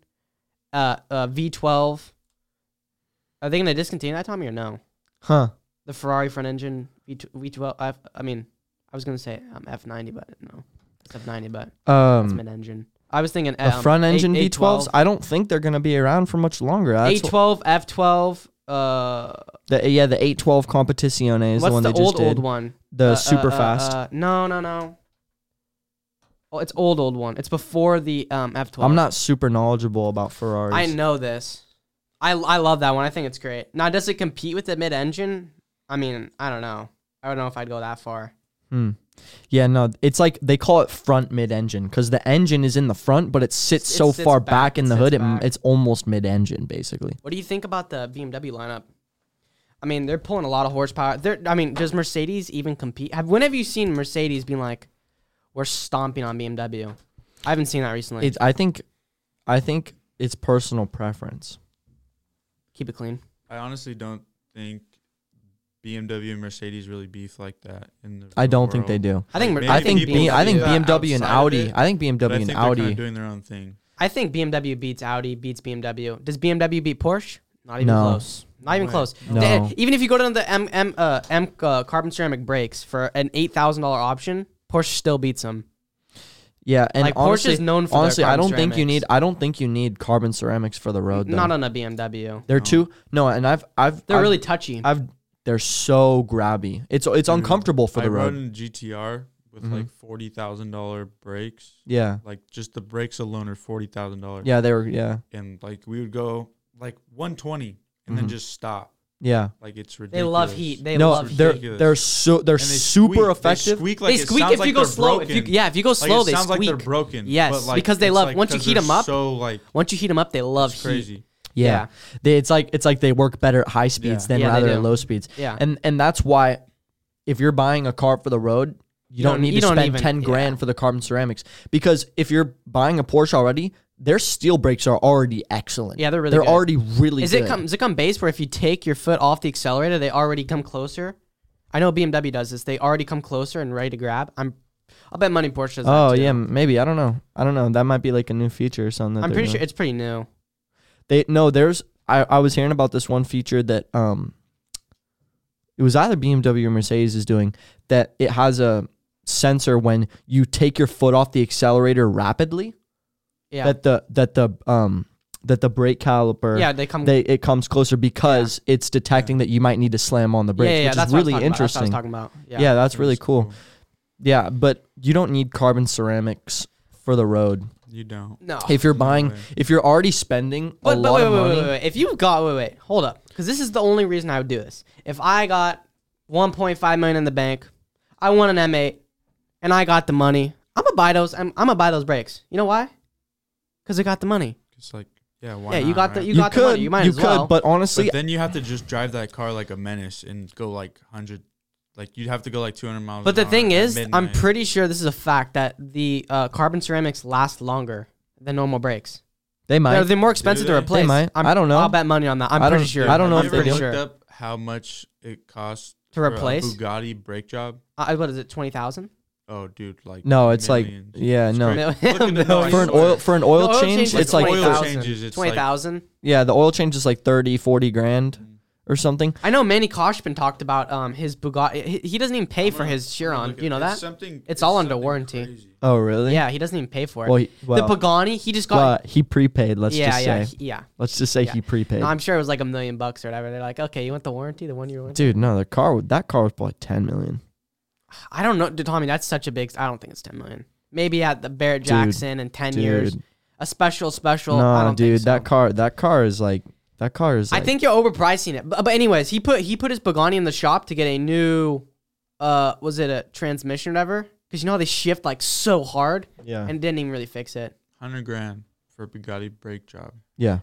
Speaker 2: uh, uh, V12. Are they going to discontinue that, Tommy, or no?
Speaker 1: Huh.
Speaker 2: The Ferrari front engine V2, V12. I, I mean, I was going to say um, F90, but no. It's F90, but it's
Speaker 1: Um,
Speaker 2: mid engine. I was thinking
Speaker 1: the
Speaker 2: um,
Speaker 1: front engine
Speaker 2: eight-
Speaker 1: V12s.
Speaker 2: 812.
Speaker 1: I don't think they're gonna be around for much longer. That's what-
Speaker 2: A12, F12. Uh,
Speaker 1: the yeah the 812 Competizione is the
Speaker 2: what's
Speaker 1: one
Speaker 2: the
Speaker 1: they just
Speaker 2: old
Speaker 1: did.
Speaker 2: old one?
Speaker 1: The
Speaker 2: Uh, uh,
Speaker 1: super
Speaker 2: uh,
Speaker 1: fast.
Speaker 2: uh, no, no, no. Oh, it's old old one. It's before the um, F12.
Speaker 1: I'm not super knowledgeable about Ferraris.
Speaker 2: I know this. I I love that one. I think it's great. Now, does it compete with the mid engine? I mean, I don't know. I don't know if I'd go that far.
Speaker 1: Hmm. Yeah, no, it's like they call it front mid engine because the engine is in the front, but it sits
Speaker 2: It
Speaker 1: so
Speaker 2: sits
Speaker 1: far
Speaker 2: back,
Speaker 1: back, in
Speaker 2: it
Speaker 1: the
Speaker 2: sits
Speaker 1: hood, it,
Speaker 2: back.
Speaker 1: it's almost mid engine basically.
Speaker 2: What do you think about the BMW lineup? I mean, they're pulling a lot of horsepower. They're, I mean, does Mercedes even compete? Have when have you seen Mercedes being like, we're stomping on BMW? I haven't seen that recently.
Speaker 1: It's I think, I think it's personal preference.
Speaker 2: Keep it clean.
Speaker 3: I honestly don't think BMW and Mercedes really beef like that. In the
Speaker 1: I
Speaker 3: real
Speaker 1: don't think they
Speaker 3: world.
Speaker 1: do.
Speaker 2: I think.
Speaker 3: Like,
Speaker 2: I
Speaker 1: I
Speaker 3: maybe
Speaker 1: think
Speaker 3: people
Speaker 1: B, I think
Speaker 3: do that
Speaker 1: BMW and
Speaker 3: outside of
Speaker 1: Audi.
Speaker 3: it,
Speaker 1: I think BMW
Speaker 3: But I
Speaker 1: and
Speaker 3: think they're kind
Speaker 1: Audi.
Speaker 3: of doing their own thing.
Speaker 2: I think BMW beats Audi, beats BMW. Does BMW beat Porsche? Not even
Speaker 1: No.
Speaker 2: close. Not even
Speaker 3: way.
Speaker 2: close.
Speaker 1: No.
Speaker 2: Th- even if you go down the M M uh, M uh, carbon ceramic brakes for an eight thousand dollar option, Porsche still beats them.
Speaker 1: Yeah, and
Speaker 2: like
Speaker 1: honestly,
Speaker 2: Porsche is known for.
Speaker 1: honestly,
Speaker 2: their
Speaker 1: I
Speaker 2: carbon
Speaker 1: don't think you
Speaker 2: ceramics.
Speaker 1: need. I don't think you need carbon ceramics for the road. Though.
Speaker 2: Not on a BMW.
Speaker 1: they're
Speaker 3: No.
Speaker 1: too no, and I've I've
Speaker 2: They're
Speaker 1: I've-
Speaker 2: really touchy.
Speaker 1: I've they're so grabby. It's it's
Speaker 3: Dude,
Speaker 1: uncomfortable for
Speaker 3: I
Speaker 1: the
Speaker 3: rode
Speaker 1: road.
Speaker 3: in a GTR with
Speaker 1: Mhm.
Speaker 3: like forty thousand dollar brakes.
Speaker 1: Yeah,
Speaker 3: Like just the brakes alone are forty thousand dollars.
Speaker 1: yeah, they were yeah
Speaker 3: And like we would go like one twenty and
Speaker 1: Mhm.
Speaker 3: then just stop.
Speaker 1: yeah.
Speaker 3: Like it's
Speaker 2: they
Speaker 3: ridiculous.
Speaker 2: love heat. They
Speaker 1: no,
Speaker 2: love
Speaker 1: they're
Speaker 2: heat.
Speaker 3: Ridiculous.
Speaker 1: they're so they're
Speaker 3: And they
Speaker 1: super
Speaker 3: squeak.
Speaker 1: effective.
Speaker 3: They squeak,
Speaker 2: They
Speaker 3: like it
Speaker 2: squeak
Speaker 3: sounds
Speaker 2: if
Speaker 3: like
Speaker 2: you go
Speaker 3: they're
Speaker 2: slow. If
Speaker 3: Broken.
Speaker 2: you yeah, if you go
Speaker 3: Like,
Speaker 2: slow,
Speaker 3: it
Speaker 2: they
Speaker 3: sounds like
Speaker 2: squeak.
Speaker 3: they're broken.
Speaker 2: Yes,
Speaker 3: but, like,
Speaker 2: because they
Speaker 3: it's,
Speaker 2: love-
Speaker 3: like,
Speaker 2: once you
Speaker 3: 'cause
Speaker 2: heat
Speaker 3: they're
Speaker 2: 'em up,
Speaker 3: So like
Speaker 2: Once you heat them up, they love
Speaker 3: it's
Speaker 2: heat.
Speaker 3: crazy.
Speaker 1: yeah,
Speaker 2: yeah.
Speaker 1: They, it's like it's like they work better at high speeds
Speaker 3: Yeah.
Speaker 1: than
Speaker 2: Yeah, they
Speaker 1: rather
Speaker 2: do.
Speaker 1: at low speeds.
Speaker 2: Yeah.
Speaker 1: And and that's why if you're buying a car for the road, you, don't,
Speaker 2: don't- e-
Speaker 1: need
Speaker 2: you
Speaker 1: to
Speaker 2: don't
Speaker 1: spend
Speaker 2: even-
Speaker 1: 10
Speaker 2: yeah.
Speaker 1: grand for the carbon ceramics because if you're buying a Porsche already, their steel brakes are already excellent.
Speaker 2: Yeah, they're really
Speaker 1: They're
Speaker 2: good.
Speaker 1: already really
Speaker 2: Is
Speaker 1: good.
Speaker 2: it come? Is it come base where if you take your foot off the accelerator, they already come closer? I know BMW does this. They already come closer and ready to grab. I'm. I'll bet money Porsche does.
Speaker 1: Oh
Speaker 2: that too.
Speaker 1: yeah, m- maybe I don't know. I don't know. That might be like a new feature or something. that
Speaker 2: I'm
Speaker 1: they're
Speaker 2: pretty
Speaker 1: doing.
Speaker 2: sure it's pretty new.
Speaker 1: They no, there's I, I was hearing about this one feature that um it was either BMW or Mercedes is doing that it has a sensor when you take your foot off the accelerator rapidly
Speaker 2: Yeah.
Speaker 1: that the that the um that the brake caliper
Speaker 2: yeah. They come.
Speaker 1: they it comes closer because it's detecting that you might need to slam on the
Speaker 2: yeah,
Speaker 1: brakes,
Speaker 2: yeah, yeah,
Speaker 1: which
Speaker 2: that's
Speaker 1: is
Speaker 2: what I was
Speaker 1: really
Speaker 2: talking about, that's what
Speaker 1: interesting.
Speaker 2: I was talking about. Yeah.
Speaker 1: yeah. that's really
Speaker 3: That's
Speaker 1: cool. Yeah, but you don't need carbon ceramics for the road.
Speaker 3: You don't.
Speaker 2: No.
Speaker 1: If you're
Speaker 3: no
Speaker 1: buying
Speaker 3: way.
Speaker 1: if you're already spending a
Speaker 2: Oh, But, but
Speaker 1: lot
Speaker 2: wait,
Speaker 1: of
Speaker 2: wait,
Speaker 1: money
Speaker 2: wait, wait, wait. If you've got, wait, wait, hold up, because this is the only reason I would do this. If I got 1.5 million in the bank, I want an M8, and I got the money, I'm gonna buy those. I'm, I'm gonna buy those brakes. You know why? Because I got the money.
Speaker 3: It's like yeah, why
Speaker 2: yeah, you
Speaker 3: not,
Speaker 2: got the
Speaker 3: right?
Speaker 2: you, got the money. You might as well.
Speaker 1: but honestly,
Speaker 3: but then you have to just drive that car like a menace and go like hundred, like you'd have to go like two hundred miles.
Speaker 2: But
Speaker 3: an
Speaker 2: the
Speaker 3: hour
Speaker 2: thing
Speaker 3: at
Speaker 2: is, I'm
Speaker 3: midnight.
Speaker 2: pretty sure this is a fact that the uh, carbon ceramics last longer than normal brakes.
Speaker 1: they might.
Speaker 2: They're, they're more expensive to
Speaker 3: they?
Speaker 2: replace.
Speaker 1: They might.
Speaker 2: I'm,
Speaker 1: I don't know.
Speaker 2: I'll bet money on that. I'm
Speaker 1: I
Speaker 2: pretty
Speaker 1: don't-
Speaker 2: sure.
Speaker 1: I don't know
Speaker 2: I'm
Speaker 1: if they
Speaker 3: Have you
Speaker 2: pretty
Speaker 1: do.
Speaker 3: ever looked
Speaker 2: sure.
Speaker 3: up how much it costs
Speaker 2: To
Speaker 3: for a
Speaker 2: replace?
Speaker 3: Bugatti brake job?
Speaker 2: Uh, what is it? Twenty thousand?
Speaker 3: Oh, dude, like
Speaker 1: no, it's
Speaker 3: millions.
Speaker 1: like yeah,
Speaker 3: It's
Speaker 1: no.
Speaker 3: crazy.
Speaker 1: For an oil for an oil,
Speaker 2: The oil
Speaker 1: change,
Speaker 2: change
Speaker 1: it's
Speaker 2: is
Speaker 1: like
Speaker 3: oil
Speaker 1: thir-
Speaker 3: change. changes, it's like-
Speaker 2: Twenty thousand.
Speaker 1: yeah, the oil change is like 30, 40 grand or something.
Speaker 2: I know Manny Koshman talked about um his Bugatti. He, he doesn't even pay
Speaker 3: I'm
Speaker 2: for
Speaker 3: gonna-
Speaker 2: his
Speaker 3: I'm gonna
Speaker 2: Chiron.
Speaker 3: look
Speaker 2: You know
Speaker 3: it-
Speaker 2: that?
Speaker 3: It's something.
Speaker 2: It's all under
Speaker 3: something
Speaker 2: warranty.
Speaker 3: crazy.
Speaker 1: Oh really?
Speaker 2: yeah, he doesn't even pay for it.
Speaker 1: Well, he, well,
Speaker 2: the Pagani, he just got.
Speaker 1: well, he prepaid. Let's
Speaker 2: yeah,
Speaker 1: just say.
Speaker 2: yeah, he- yeah.
Speaker 1: let's just say
Speaker 2: yeah.
Speaker 1: he prepaid.
Speaker 2: No, I'm sure it was like a million bucks or whatever. They're like, okay, you want the warranty, the one year warranty.
Speaker 1: Dude, no, the car would- that car was probably ten million.
Speaker 2: I don't know, dude, Tommy. That's such a big. I don't think it's ten million. Maybe at the Barrett
Speaker 1: Dude,
Speaker 2: Jackson in ten
Speaker 1: Dude,
Speaker 2: years, a special, special. I
Speaker 1: no,
Speaker 2: don't think
Speaker 1: dude,
Speaker 2: so.
Speaker 1: that car, that car is like that car is. Like,
Speaker 2: I think you're overpricing it. But, but anyways, he put he put his Pagani in the shop to get a new, uh, was it a transmission or whatever? Because you know how they shift like so hard
Speaker 1: yeah,
Speaker 2: and didn't even really fix it.
Speaker 3: Hundred grand for a Bugatti brake job.
Speaker 1: yeah,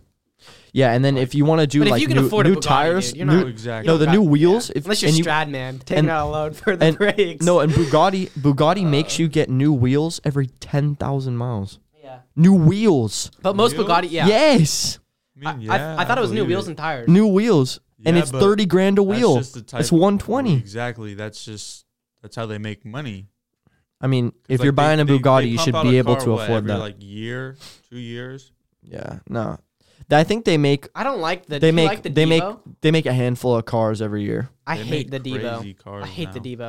Speaker 1: yeah. And then if you want to do
Speaker 2: But if
Speaker 1: like
Speaker 2: you can
Speaker 1: new,
Speaker 2: afford a
Speaker 1: new
Speaker 2: Bugatti,
Speaker 1: tires,
Speaker 2: dude, you're
Speaker 1: new,
Speaker 2: not-
Speaker 3: exactly.
Speaker 1: no, the
Speaker 2: got-
Speaker 1: new
Speaker 2: yeah.
Speaker 1: wheels. If,
Speaker 2: Unless you're
Speaker 1: and you-
Speaker 2: Strad man, taking
Speaker 1: and-
Speaker 2: out a loan for the
Speaker 1: and-
Speaker 2: brakes.
Speaker 1: No, and Bugatti
Speaker 2: Uh,
Speaker 1: Bugatti makes you get new wheels every ten thousand miles.
Speaker 2: yeah.
Speaker 1: New wheels.
Speaker 2: But most
Speaker 3: Wheels?
Speaker 2: Bugatti, yeah.
Speaker 1: Yes.
Speaker 2: I,
Speaker 3: I, mean,
Speaker 2: I-
Speaker 3: yeah,
Speaker 2: I thought it was new
Speaker 3: believe
Speaker 2: wheels and tires.
Speaker 1: New wheels. and
Speaker 3: Yeah,
Speaker 1: it's
Speaker 3: but
Speaker 1: thirty grand a wheel.
Speaker 3: That's just the type
Speaker 1: It's 120.
Speaker 3: Exactly. That's just that's how they make money.
Speaker 1: I mean, if
Speaker 3: like,
Speaker 1: you're
Speaker 3: they-
Speaker 1: buying a
Speaker 3: they- they
Speaker 1: Bugatti, you
Speaker 3: pump
Speaker 1: should
Speaker 3: out
Speaker 1: be
Speaker 3: a
Speaker 1: able
Speaker 3: car,
Speaker 1: to
Speaker 3: what,
Speaker 1: afford
Speaker 3: every,
Speaker 1: that.
Speaker 3: Like year, two years.
Speaker 1: yeah, no. Th- I think they make
Speaker 2: I don't like the.
Speaker 1: They
Speaker 2: do you
Speaker 1: make-
Speaker 2: like the
Speaker 1: they
Speaker 2: Devo?
Speaker 1: make- they make a handful of cars every year.
Speaker 2: I
Speaker 3: They
Speaker 2: hate the
Speaker 3: make
Speaker 2: Devo.
Speaker 3: crazy Cars
Speaker 2: I hate
Speaker 3: now.
Speaker 2: the Devo.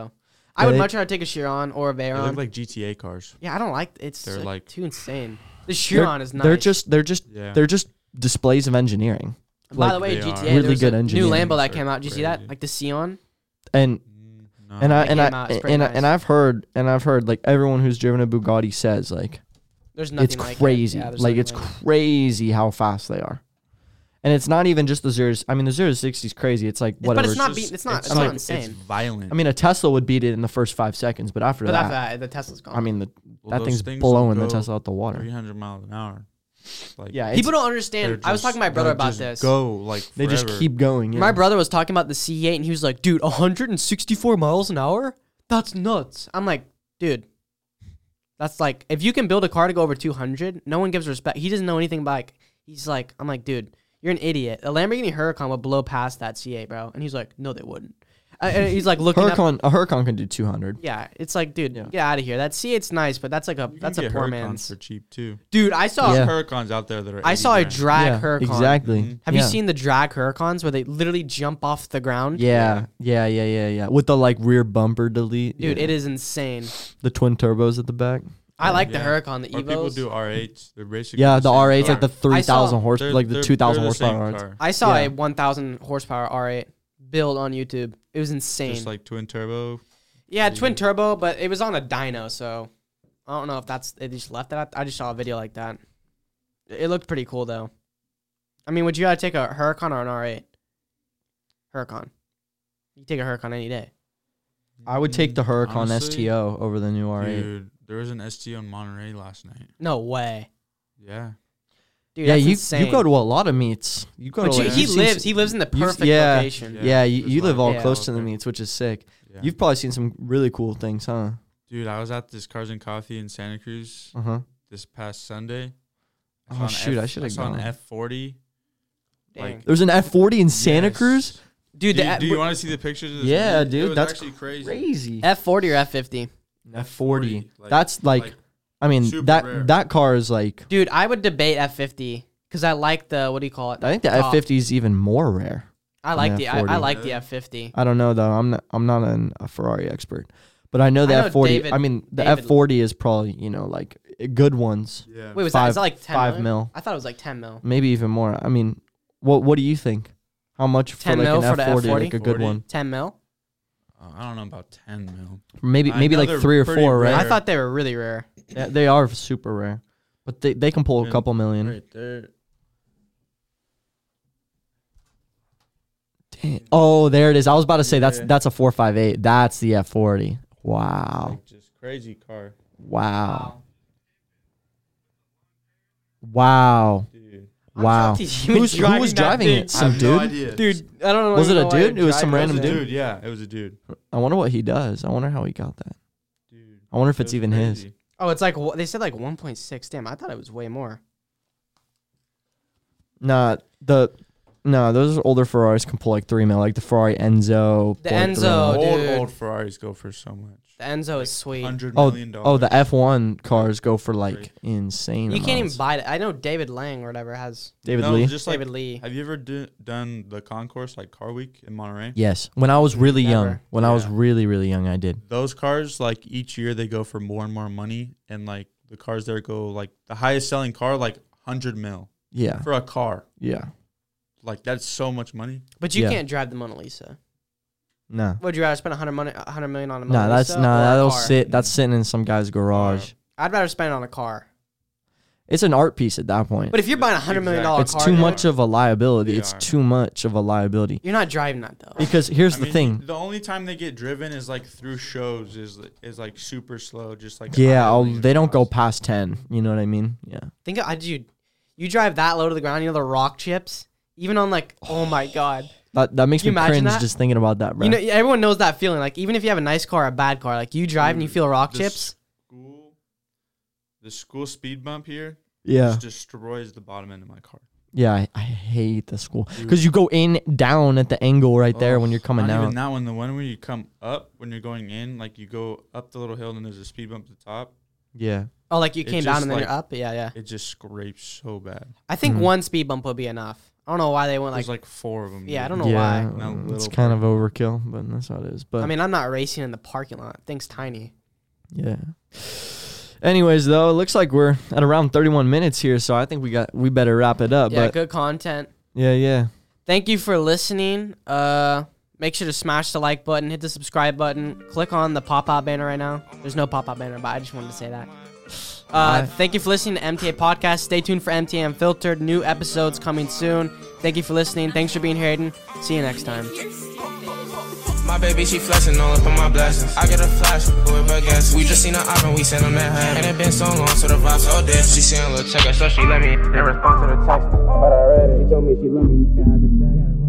Speaker 2: I
Speaker 1: Yeah,
Speaker 2: would
Speaker 1: they-
Speaker 2: much rather take a Chiron or a
Speaker 3: They look
Speaker 2: Veyron.
Speaker 3: like GTA cars.
Speaker 2: yeah, I don't like. It's
Speaker 3: They're
Speaker 2: like,
Speaker 3: like-
Speaker 2: too insane. The
Speaker 1: They're-
Speaker 2: Chiron is nice.
Speaker 1: They're just they're just
Speaker 3: Yeah.
Speaker 1: they're just displays of engineering.
Speaker 2: By
Speaker 1: like,
Speaker 2: the way,
Speaker 3: they
Speaker 2: GTA
Speaker 3: are.
Speaker 2: there
Speaker 1: Really
Speaker 2: was
Speaker 1: good
Speaker 2: a new
Speaker 1: engineering.
Speaker 2: Lambo that
Speaker 3: They're
Speaker 2: came out. Did you see that?
Speaker 3: crazy.
Speaker 2: Like the Xeon.
Speaker 1: And
Speaker 3: Mm, no.
Speaker 1: and I and
Speaker 2: They came
Speaker 1: I
Speaker 2: out,
Speaker 1: and,
Speaker 2: it's pretty
Speaker 1: I-
Speaker 2: nice.
Speaker 1: and I've heard and I've heard like everyone who's driven a Bugatti says like
Speaker 2: There's nothing
Speaker 1: it's
Speaker 2: like
Speaker 1: crazy.
Speaker 2: It. Yeah, there's
Speaker 1: like
Speaker 2: nothing
Speaker 1: it's
Speaker 2: it.
Speaker 1: crazy how fast they are. And it's not even just the zero. I mean, the zero to sixty is crazy. It's like
Speaker 2: but
Speaker 1: whatever.
Speaker 2: it's not
Speaker 3: just-
Speaker 2: beat- it's not-
Speaker 1: it's not
Speaker 3: like-
Speaker 2: insane.
Speaker 3: It's violent.
Speaker 1: I mean, a Tesla would beat it in the first five seconds, but after
Speaker 2: But
Speaker 1: that,
Speaker 2: after that, the Tesla's gone.
Speaker 1: I mean, the,
Speaker 3: Well,
Speaker 1: that
Speaker 3: those
Speaker 1: thing's
Speaker 3: things will
Speaker 1: blowing the
Speaker 3: go
Speaker 1: Tesla out the water.
Speaker 3: 300 miles an hour. Like
Speaker 1: Yeah,
Speaker 2: people
Speaker 1: it's-
Speaker 2: don't understand.
Speaker 3: they're
Speaker 2: I was
Speaker 3: just-
Speaker 2: talking to my brother
Speaker 3: they'll
Speaker 2: about
Speaker 3: just
Speaker 2: this.
Speaker 3: Go like
Speaker 1: they just
Speaker 3: forever.
Speaker 1: keep going. Yeah.
Speaker 2: My brother was talking about the C8, and he was like, "Dude, 164 miles an hour? That's nuts." I'm like, "Dude, that's like if you can build a car to go over 200, no one gives respect. He doesn't know anything about. Like, he's like, I'm like, dude, you're an idiot. A Lamborghini Huracan would blow past that C8, bro." And he's like, "No, they wouldn't." Uh, and he's like looking up.
Speaker 1: Huracan, a Huracan can do two hundred.
Speaker 2: Yeah, it's like, dude,
Speaker 1: Yeah.
Speaker 2: get out of here. That C8's nice, but that's like a
Speaker 3: You can
Speaker 2: that's a
Speaker 3: get
Speaker 2: poor
Speaker 3: Huracans
Speaker 2: man's.
Speaker 3: for cheap too.
Speaker 2: Dude, I saw
Speaker 1: Yeah.
Speaker 3: Huracans out there that are.
Speaker 2: I
Speaker 3: 80
Speaker 2: saw a
Speaker 3: grand.
Speaker 2: drag Huracan.
Speaker 1: Exactly.
Speaker 3: Mhm.
Speaker 2: Have
Speaker 1: Yeah.
Speaker 2: you seen the drag Huracans where they literally jump off the ground?
Speaker 1: Yeah, yeah, yeah, yeah, yeah. With the like rear bumper delete,
Speaker 2: Dude,
Speaker 1: yeah.
Speaker 2: it is insane.
Speaker 1: the twin turbos at the back.
Speaker 2: I like
Speaker 3: Yeah.
Speaker 2: the Huracan, the
Speaker 3: Or people
Speaker 2: Evos.
Speaker 3: do R8s. They're basically
Speaker 1: Yeah, the
Speaker 3: same
Speaker 1: R8's
Speaker 3: car.
Speaker 1: like the three thousand horse,
Speaker 3: They're-
Speaker 1: like the
Speaker 3: they're-
Speaker 1: two thousand
Speaker 3: they're the same
Speaker 1: horsepower. R8s.
Speaker 3: car.
Speaker 2: I saw
Speaker 1: Yeah.
Speaker 2: a 1,000 horsepower R8 build on YouTube. It was insane.
Speaker 3: Just like twin turbo.
Speaker 2: yeah, twin turbo, but it was on a dyno, so I don't know if that's they just left that. I just saw a video like that. It looked pretty cool though. I mean, would you rather take a Huracan or an R8? Huracan. You take a Huracan any day.
Speaker 1: I would take the Huracan
Speaker 3: Mm, Honestly,
Speaker 1: STO over the new R8.
Speaker 3: Dude, there was an ST on Monterey last night.
Speaker 2: No way,
Speaker 3: Yeah.
Speaker 2: dude.
Speaker 1: yeah,
Speaker 2: that's
Speaker 1: you
Speaker 2: insane.
Speaker 1: you go to a lot of meets. You go
Speaker 2: But
Speaker 1: to
Speaker 2: you,
Speaker 1: like,
Speaker 2: he
Speaker 1: you've seen
Speaker 2: lives.
Speaker 1: s-
Speaker 2: He lives in the
Speaker 1: you've-
Speaker 2: perfect
Speaker 1: yeah.
Speaker 2: location.
Speaker 1: yeah, you,
Speaker 3: there's
Speaker 1: you live
Speaker 3: like-
Speaker 1: all
Speaker 2: Yeah.
Speaker 1: close to the
Speaker 3: Okay.
Speaker 1: meets, which is sick.
Speaker 3: yeah.
Speaker 1: You've probably seen some really cool things, huh?
Speaker 3: Dude, I was at this Cars and Coffee in Santa Cruz
Speaker 1: Uh huh.
Speaker 3: this past Sunday.
Speaker 1: Oh,
Speaker 3: saw an
Speaker 1: shoot,
Speaker 3: F-
Speaker 1: I should've
Speaker 3: saw an
Speaker 1: gone.
Speaker 3: F40.
Speaker 2: Dang.
Speaker 3: Like,
Speaker 1: There's an F40 in Santa
Speaker 3: Yes.
Speaker 1: Cruz.
Speaker 2: dude. The
Speaker 3: Do you,
Speaker 2: F-
Speaker 3: do you want to see the pictures? Of this
Speaker 1: Yeah,
Speaker 3: It
Speaker 1: dude,
Speaker 3: was
Speaker 1: that's
Speaker 3: actually crazy.
Speaker 1: Crazy.
Speaker 2: F40 or F50?
Speaker 1: F40.
Speaker 3: Like-
Speaker 1: That's like, I mean
Speaker 3: super
Speaker 1: that
Speaker 3: rare.
Speaker 1: that car is like
Speaker 2: Dude, I would debate F50 because I like the what do you call it?
Speaker 1: I think the
Speaker 2: Top.
Speaker 1: F50 is even more rare.
Speaker 2: I like
Speaker 1: an
Speaker 2: the I, I
Speaker 1: F40.
Speaker 2: like the
Speaker 3: Yeah.
Speaker 2: F50.
Speaker 1: I don't know though. I'm not, I'm not an, a Ferrari expert, but I know the
Speaker 2: I know
Speaker 1: F40.
Speaker 2: David-
Speaker 1: I mean the
Speaker 2: David-
Speaker 1: F40 is probably you know like good ones,
Speaker 3: yeah.
Speaker 2: Wait, was that
Speaker 1: Five-
Speaker 2: is that like ten
Speaker 1: five
Speaker 2: mil?
Speaker 1: mil.
Speaker 2: I thought it was like ten mil.
Speaker 1: maybe even more. I mean, what what do you think? How much for
Speaker 2: 10
Speaker 1: like an
Speaker 2: mil for the
Speaker 1: F40, like
Speaker 2: F40?
Speaker 1: a good
Speaker 3: 40.
Speaker 1: one?
Speaker 2: Ten mil?
Speaker 3: Uh, I don't know about 10 mil.
Speaker 1: Maybe
Speaker 3: I
Speaker 1: maybe
Speaker 3: know
Speaker 1: like
Speaker 3: they're
Speaker 1: three or
Speaker 3: pretty
Speaker 1: four,
Speaker 3: rare.
Speaker 1: right?
Speaker 2: I thought they were really rare.
Speaker 1: Yeah, they are super rare, but they, they can pull a
Speaker 3: Yeah,
Speaker 1: couple million.
Speaker 3: Right there.
Speaker 1: Damn. Oh, there it is. I was about to say that's
Speaker 3: Yeah.
Speaker 1: that's a four five eight. That's the F forty. Wow,
Speaker 3: Like just crazy car,
Speaker 1: wow, wow,
Speaker 3: dude.
Speaker 1: wow.
Speaker 2: shocked he's even
Speaker 1: Who's, who
Speaker 2: driving
Speaker 1: was
Speaker 2: that
Speaker 1: driving
Speaker 2: thing.
Speaker 1: it? Some dude.
Speaker 2: Dude, I don't know.
Speaker 1: Was it a
Speaker 2: why I
Speaker 1: dude? It was
Speaker 2: tried
Speaker 1: some
Speaker 2: to-
Speaker 1: random
Speaker 3: It was a
Speaker 1: dude.
Speaker 3: dude. Yeah, it was a dude.
Speaker 1: I wonder what he does. I wonder how he got that.
Speaker 3: Dude.
Speaker 1: I wonder if
Speaker 3: it
Speaker 1: it's
Speaker 3: was
Speaker 1: even his.
Speaker 3: crazy.
Speaker 2: Oh, it's like wh- they said like 1.6. Damn, I thought it was way more.
Speaker 1: Nah, the no, those older Ferraris can pull like three mil, like the Ferrari Enzo.
Speaker 2: The
Speaker 1: pull like three
Speaker 2: Enzo,
Speaker 1: mil.
Speaker 3: old
Speaker 2: dude.
Speaker 3: old Ferraris go for so much.
Speaker 2: The Enzo is sweet.
Speaker 3: Hundred
Speaker 1: Oh,
Speaker 3: million dollars.
Speaker 1: oh, the F one cars go for like
Speaker 3: Right.
Speaker 1: insane.
Speaker 2: You can't even
Speaker 1: amounts.
Speaker 2: buy it. I know David Lang or whatever has
Speaker 1: David
Speaker 3: no,
Speaker 1: Lee.
Speaker 3: Just like,
Speaker 2: David Lee.
Speaker 3: have you ever do, done the concourse like Car Week in Monterey?
Speaker 1: Yes, when I was really young,
Speaker 2: Never.
Speaker 1: when I was
Speaker 3: Yeah.
Speaker 1: really really young, I did.
Speaker 3: Those cars, like each year, they go for more and more money, and like the cars there go like the highest selling car, like hundred mil
Speaker 1: Yeah,
Speaker 3: for a car.
Speaker 1: yeah.
Speaker 3: Like that's so much money.
Speaker 2: But you
Speaker 1: Yeah.
Speaker 2: can't drive the Mona Lisa.
Speaker 1: No,
Speaker 2: Would you rather spend 100, money, 100 million on a
Speaker 1: no,
Speaker 2: Mona
Speaker 1: that's
Speaker 2: Lisa?
Speaker 1: no,
Speaker 2: or a
Speaker 1: that'll
Speaker 2: car?
Speaker 1: sit. That's sitting in some guy's garage.
Speaker 2: I'd rather spend it on a car.
Speaker 1: It's an art piece at that point.
Speaker 2: But if you're buying a
Speaker 3: Exactly.
Speaker 2: hundred million dollar
Speaker 1: it's
Speaker 2: car,
Speaker 1: too
Speaker 2: dude,
Speaker 1: much of a liability.
Speaker 3: They
Speaker 1: It's
Speaker 3: are.
Speaker 1: too much of a liability
Speaker 2: You're not driving that though.
Speaker 1: because here's
Speaker 3: I
Speaker 1: the
Speaker 3: mean,
Speaker 1: thing.
Speaker 3: The only time they get driven is like through shows. Is is like super slow. Just like
Speaker 1: Yeah,
Speaker 3: idling
Speaker 1: I'll,
Speaker 3: or
Speaker 1: they don't go
Speaker 3: something.
Speaker 1: past ten. You know what I mean? Yeah.
Speaker 2: Think, I dude, you drive that low to the ground. You know the rock chips. Even on like, oh my god,
Speaker 1: That, that makes
Speaker 2: You
Speaker 1: me
Speaker 2: imagine
Speaker 1: cringe
Speaker 2: that?
Speaker 1: just thinking about that, bro.
Speaker 2: you know everyone knows that feeling. Like even if you have a nice car, or a bad car, like you drive and you
Speaker 1: Mm.
Speaker 3: Dude,
Speaker 2: feel rock
Speaker 3: the
Speaker 2: chips.
Speaker 3: School, the school speed bump here
Speaker 1: yeah.
Speaker 3: just destroys the bottom end of my car.
Speaker 1: Yeah, I, I hate the school
Speaker 2: Mm.
Speaker 1: because you go in down at the angle right there when
Speaker 3: Ugh,
Speaker 1: you're coming
Speaker 3: not
Speaker 1: out.
Speaker 3: Even that one, the one where you come up when you're going in, like you go up the little hill and there's a speed bump at the top.
Speaker 1: Yeah,
Speaker 2: Oh, like you
Speaker 3: It
Speaker 2: came down
Speaker 3: just,
Speaker 2: and then
Speaker 3: like-
Speaker 2: you're up. Yeah, yeah.
Speaker 3: It just scrapes so bad.
Speaker 2: I think
Speaker 1: Mhm.
Speaker 2: one speed bump would be enough. I don't know why they went like.
Speaker 3: there's like four of them.
Speaker 2: yeah, I don't know
Speaker 1: yeah,
Speaker 3: why.
Speaker 1: um,
Speaker 3: That
Speaker 1: it's
Speaker 3: little
Speaker 1: kind of overkill, but that's how it is. But
Speaker 2: I mean, I'm not racing in the parking lot. Thing's tiny.
Speaker 1: yeah. Anyways, though, it looks like we're at around 31 minutes here, so I think we got we better wrap it up.
Speaker 2: yeah,
Speaker 1: Uh, but
Speaker 2: good content.
Speaker 1: yeah, yeah,
Speaker 2: Thank you for listening. Uh, make sure to smash the like button, hit the subscribe button, click on the pop-up banner right now. There's no pop-up banner, but I just wanted to say that. Uh,
Speaker 1: Alright.
Speaker 2: thank you for listening to MTA Podcast. Stay tuned for MTA Unfiltered. New episodes coming soon. Thank you for listening. Thanks for being here, Hayden. See you next time.
Speaker 4: My baby, she flexing all up on my blessings. I get a flash, whoever guess. We just seen her op and we sent them that hand. And it been so long, so the vibes all dead. She saying a little check, so she let me in response to the text. But I read it. She told me she let me.